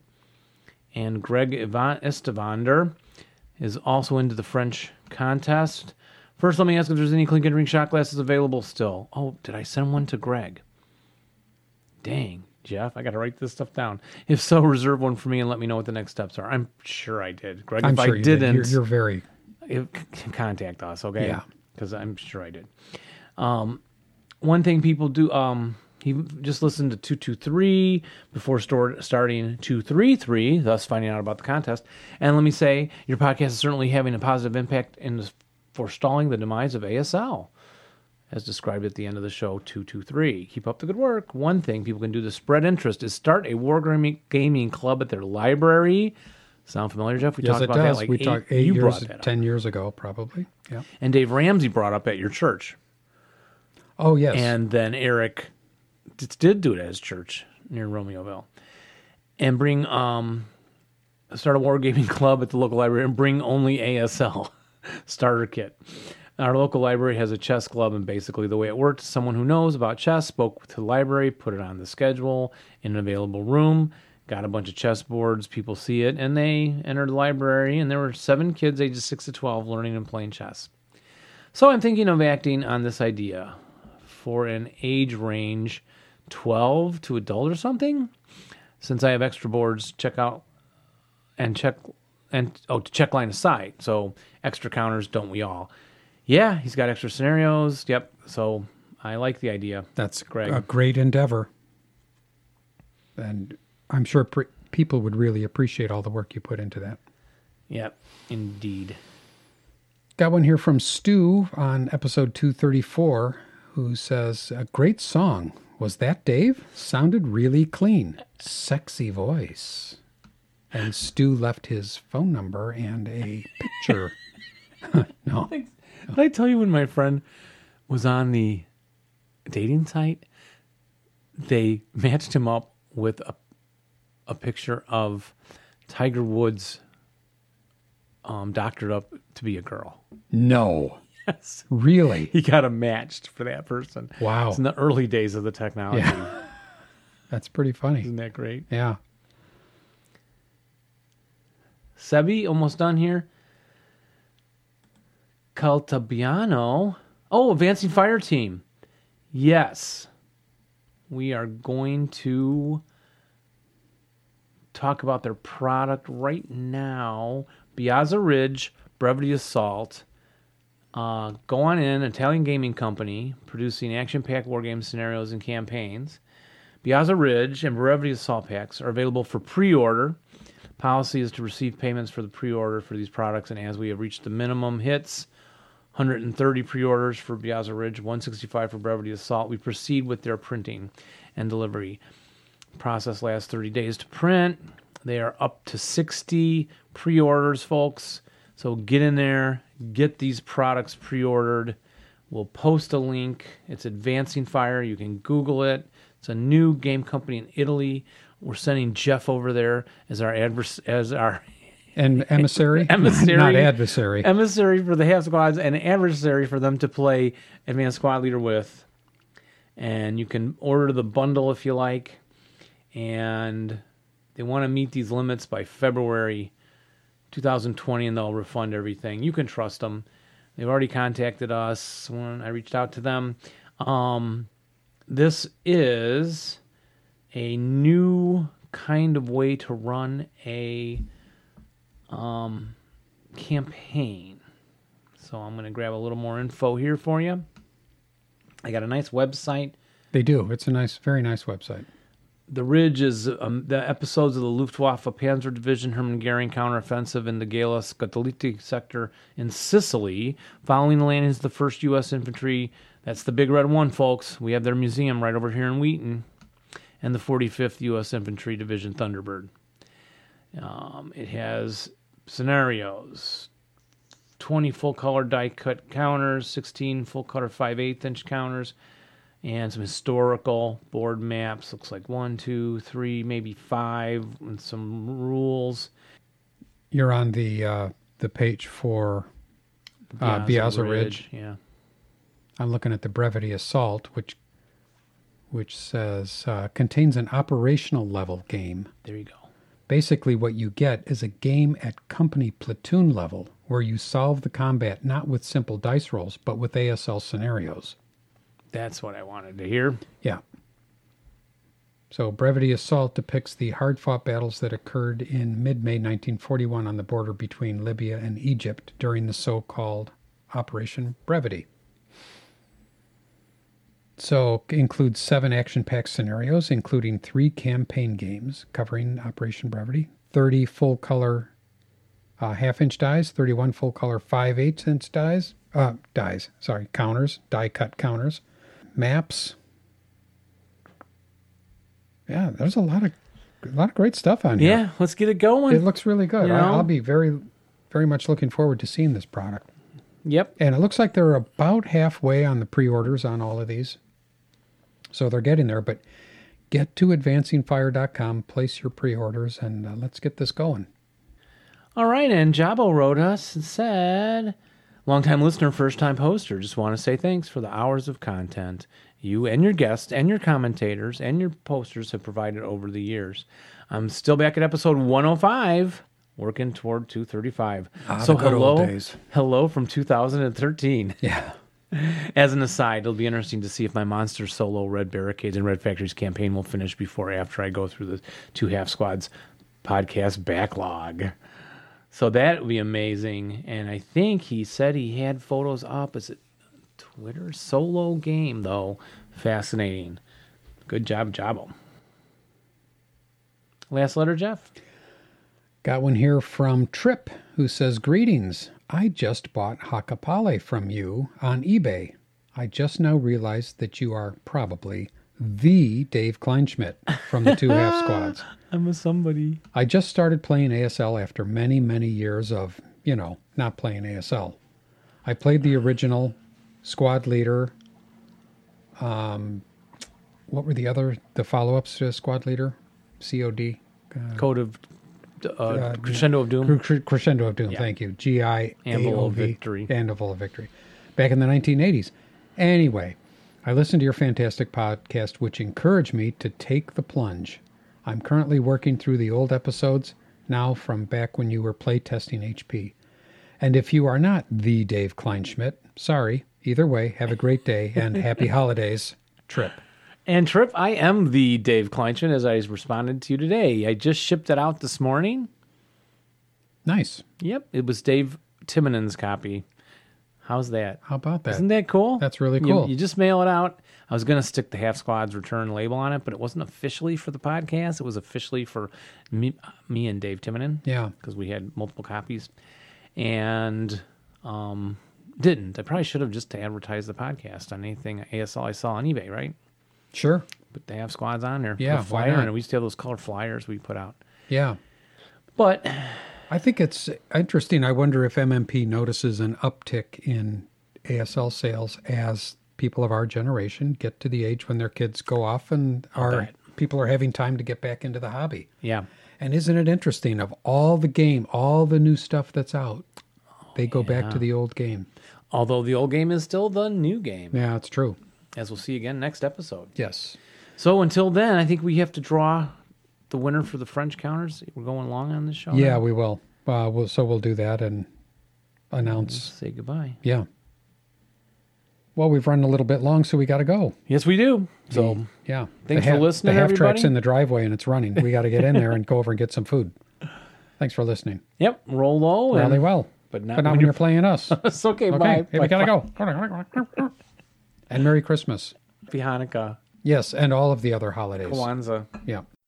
S2: And Greg Ivan Estevander is also into the French contest. First, let me ask if there's any clink and ring shot glasses available still. Oh, did I send one to Greg? Dang, Jeff, I got to write this stuff down. If so, reserve one for me and let me know what the next steps are. I'm sure I did. Greg,
S1: I'm
S2: if
S1: sure
S2: I
S1: you
S2: didn't,
S1: Did. You're, you're very.
S2: if, c- contact us, okay?
S1: Yeah.
S2: Because I'm sure I did. Um, one thing people do, um, he just listened to 223 before stor- starting 233, thus finding out about the contest. And let me say, your podcast is certainly having a positive impact in forestalling the demise of ASL as described at the end of the show 223. Keep up the good work. One thing people can do to spread interest is start a wargaming gaming club at their library. Sound familiar, Jeff? We
S1: Yes,
S2: talked
S1: it
S2: about
S1: does.
S2: that like
S1: we
S2: eight,
S1: talked eight
S2: you
S1: years,
S2: brought that up.
S1: ten years ago, probably. Yeah.
S2: And Dave Ramsey brought up at your church.
S1: Oh yes.
S2: And then Eric d- did do it at his church near Romeoville. And bring um start a wargaming club at the local library and bring only ASL starter kit. Our local library has a chess club, and basically the way it worked, someone who knows about chess spoke to the library, put it on the schedule in an available room, got a bunch of chess boards, people see it, and they entered the library, and there were seven kids ages 6 to 12 learning and playing chess. So I'm thinking of acting on this idea for an age range 12 to adult or something. Since I have extra boards, check out and check and oh to check line of sight. So extra counters, don't we all? Yeah, he's got extra scenarios. Yep. So I like the idea.
S1: That's
S2: Greg.
S1: a great endeavor. And I'm sure pre- people would really appreciate all the work you put into that.
S2: Yep, indeed.
S1: Got one here from Stu on episode 234 who says, A great song. Was that Dave? Sounded really clean. Sexy voice. And Stu left his phone number and a picture. no.
S2: Did I tell you when my friend was on the dating site? They matched him up with a a picture of Tiger Woods um, doctored up to be a girl.
S1: No.
S2: Yes.
S1: Really?
S2: He got a matched for that person.
S1: Wow.
S2: It's in the early days of the technology.
S1: That's pretty funny.
S2: Isn't that great?
S1: Yeah.
S2: Sebi, almost done here. Caltabiano. Oh, Advancing Fire Team. Yes. We are going to talk about their product right now. Piazza Ridge, Brevity Assault. Uh, go on in, Italian gaming company, producing action packed war game scenarios and campaigns. Piazza Ridge and Brevity Assault packs are available for pre order. Policy is to receive payments for the pre order for these products, and as we have reached the minimum hits 130 pre orders for Piazza Ridge, 165 for Brevity Assault, we proceed with their printing and delivery. Process lasts 30 days to print. They are up to 60 pre orders, folks. So get in there, get these products pre ordered. We'll post a link. It's Advancing Fire. You can Google it. It's a new game company in Italy. We're sending Jeff over there as our advers- as our
S1: And emissary?
S2: Emissary.
S1: Not adversary.
S2: emissary for the half squads and adversary for them to play advanced squad leader with. And you can order the bundle if you like. And they want to meet these limits by February 2020 and they'll refund everything. You can trust them. They've already contacted us when I reached out to them. Um, this is a new kind of way to run a campaign. So I'm going to grab a little more info here for you. I got a nice website.
S1: They do. It's a nice, very nice website.
S2: The Ridge is um, the episodes of the Luftwaffe Panzer Division Hermann Goering counteroffensive in the Gela Scatoliti sector in Sicily. Following the landings of the 1st U.S. Infantry, that's the Big Red One, folks. We have their museum right over here in Wheaton, and the 45th U.S. Infantry Division Thunderbird. Um, it has scenarios, 20 full color die cut counters, 16 full color 5 8 inch counters, and some historical board maps. Looks like one, two, three, maybe five, and some rules.
S1: You're on the uh, the page for uh, Piazza Ridge.
S2: Yeah.
S1: I'm looking at the Brevity Assault, which which says uh, contains an operational level game.
S2: There you go.
S1: Basically, what you get is a game at company platoon level where you solve the combat not with simple dice rolls, but with ASL scenarios.
S2: That's what I wanted to hear.
S1: Yeah. So, Brevity Assault depicts the hard fought battles that occurred in mid May 1941 on the border between Libya and Egypt during the so called Operation Brevity. So, it includes seven action packed scenarios, including three campaign games covering Operation Brevity, 30 full color uh, half inch dies, 31 full color 5 eighths inch dies, uh, dies, sorry, counters, die cut counters, maps, yeah, there's a lot of a lot of great stuff on here.
S2: Yeah, let's get it going.
S1: It looks really good.
S2: You
S1: I,
S2: know?
S1: I'll be very very much looking forward to seeing this product.
S2: yep.
S1: And it looks like they're about halfway on the pre-orders on all of these. So they're getting there, but get to advancingfire.com, place your pre-orders and uh, let's get this going.
S2: All right, and Jabo wrote us and said, Longtime listener, first time poster, just want to say thanks for the hours of content you and your guests and your commentators and your posters have provided over the years. I'm still back at episode 105, working toward 235. so
S1: Ah, the good
S2: hello,
S1: old days.
S2: hello from 2013.
S1: Yeah.
S2: As an aside, it'll be interesting to see if my monster solo Red Barricades and Red Factories campaign will finish before or after I go through the two half squads podcast backlog. So that would be amazing. And I think he said he had photos up. Is it Twitter? Solo game though. Fascinating. Good job, Jabo. Last letter, Jeff.
S1: Got one here from Trip who says, Greetings. I just bought Hakapale from you on eBay. I just now realized that you are probably the Dave Kleinschmidt from the two half squads.
S2: I'm a somebody.
S1: I just started playing ASL after many, many years of, you know, not playing ASL. I played the original squad leader. Um, what were the other, the follow ups to squad leader? COD?
S2: Code of uh, crescendo of doom.
S1: Cre- cre- Crescendo of Doom, thank you. G I
S2: Anvil of Victory.
S1: Anvil of Victory. Back in the 1980s. Anyway, I listened to your fantastic podcast, which encouraged me to take the plunge. I'm currently working through the old episodes now from back when you were playtesting HP. And if you are not the Dave Kleinschmidt, sorry. Either way, have a great day and happy holidays. Trip.
S2: And Trip, I am the Dave Kleinschmidt as I responded to you today. I just shipped it out this morning.
S1: Nice.
S2: Yep, it was Dave Timonen's copy. How's that?
S1: How about that?
S2: Isn't that cool?
S1: That's really
S2: You-
S1: cool.
S2: You, just mail it out. I was going to stick the Half Squad's return label on it, but it wasn't officially for the podcast. It was officially for me, me and Dave Timonen.
S1: Yeah.
S2: Because we had multiple copies and um, didn't. I probably should have just to advertise the podcast on anything ASL I saw on eBay, right?
S1: Sure.
S2: But they have squads on there. Put a
S1: Yeah, why
S2: flyer
S1: not?
S2: on it. We used to have those colored flyers we put out.
S1: Yeah.
S2: But
S1: I think it's interesting. I wonder if MMP notices an uptick in ASL sales as people of our generation get to the age when their kids go off and are
S2: bet.
S1: people are having time to get back into the hobby.
S2: yeah,
S1: And isn't it interesting of all the game, all the new stuff that's out, they go back to the old game.
S2: although the old game is still the new game,
S1: Yeah, it's true.
S2: as we'll see again next episode.
S1: Yes.
S2: So until then, I think we have to draw the winner for the French counters. We're going long on this show.
S1: Oh, Yeah,
S2: now.
S1: we will. Uh, we'll so we'll do that and announce.
S2: Say goodbye.
S1: Yeah. Well, we've run a little bit long, so we got to go.
S2: Yes, we do. So
S1: Yeah.
S2: Thanks
S1: the
S2: for
S1: ha-
S2: listening,
S1: The half
S2: everybody.
S1: track's in the driveway and it's running. We got to get in there and go over and get some food. Thanks for listening.
S2: yep, roll low. and-
S1: Really well.
S2: but not
S1: but not
S2: when
S1: when
S2: you're-
S1: you're playing us. Okay,
S2: It's okay. Bye.
S1: hey,
S2: bye.
S1: we got to go. and Merry Christmas.
S2: Happy Hanukkah,
S1: Yes, and all of the other holidays.
S2: Kwanzaa.
S1: Yeah.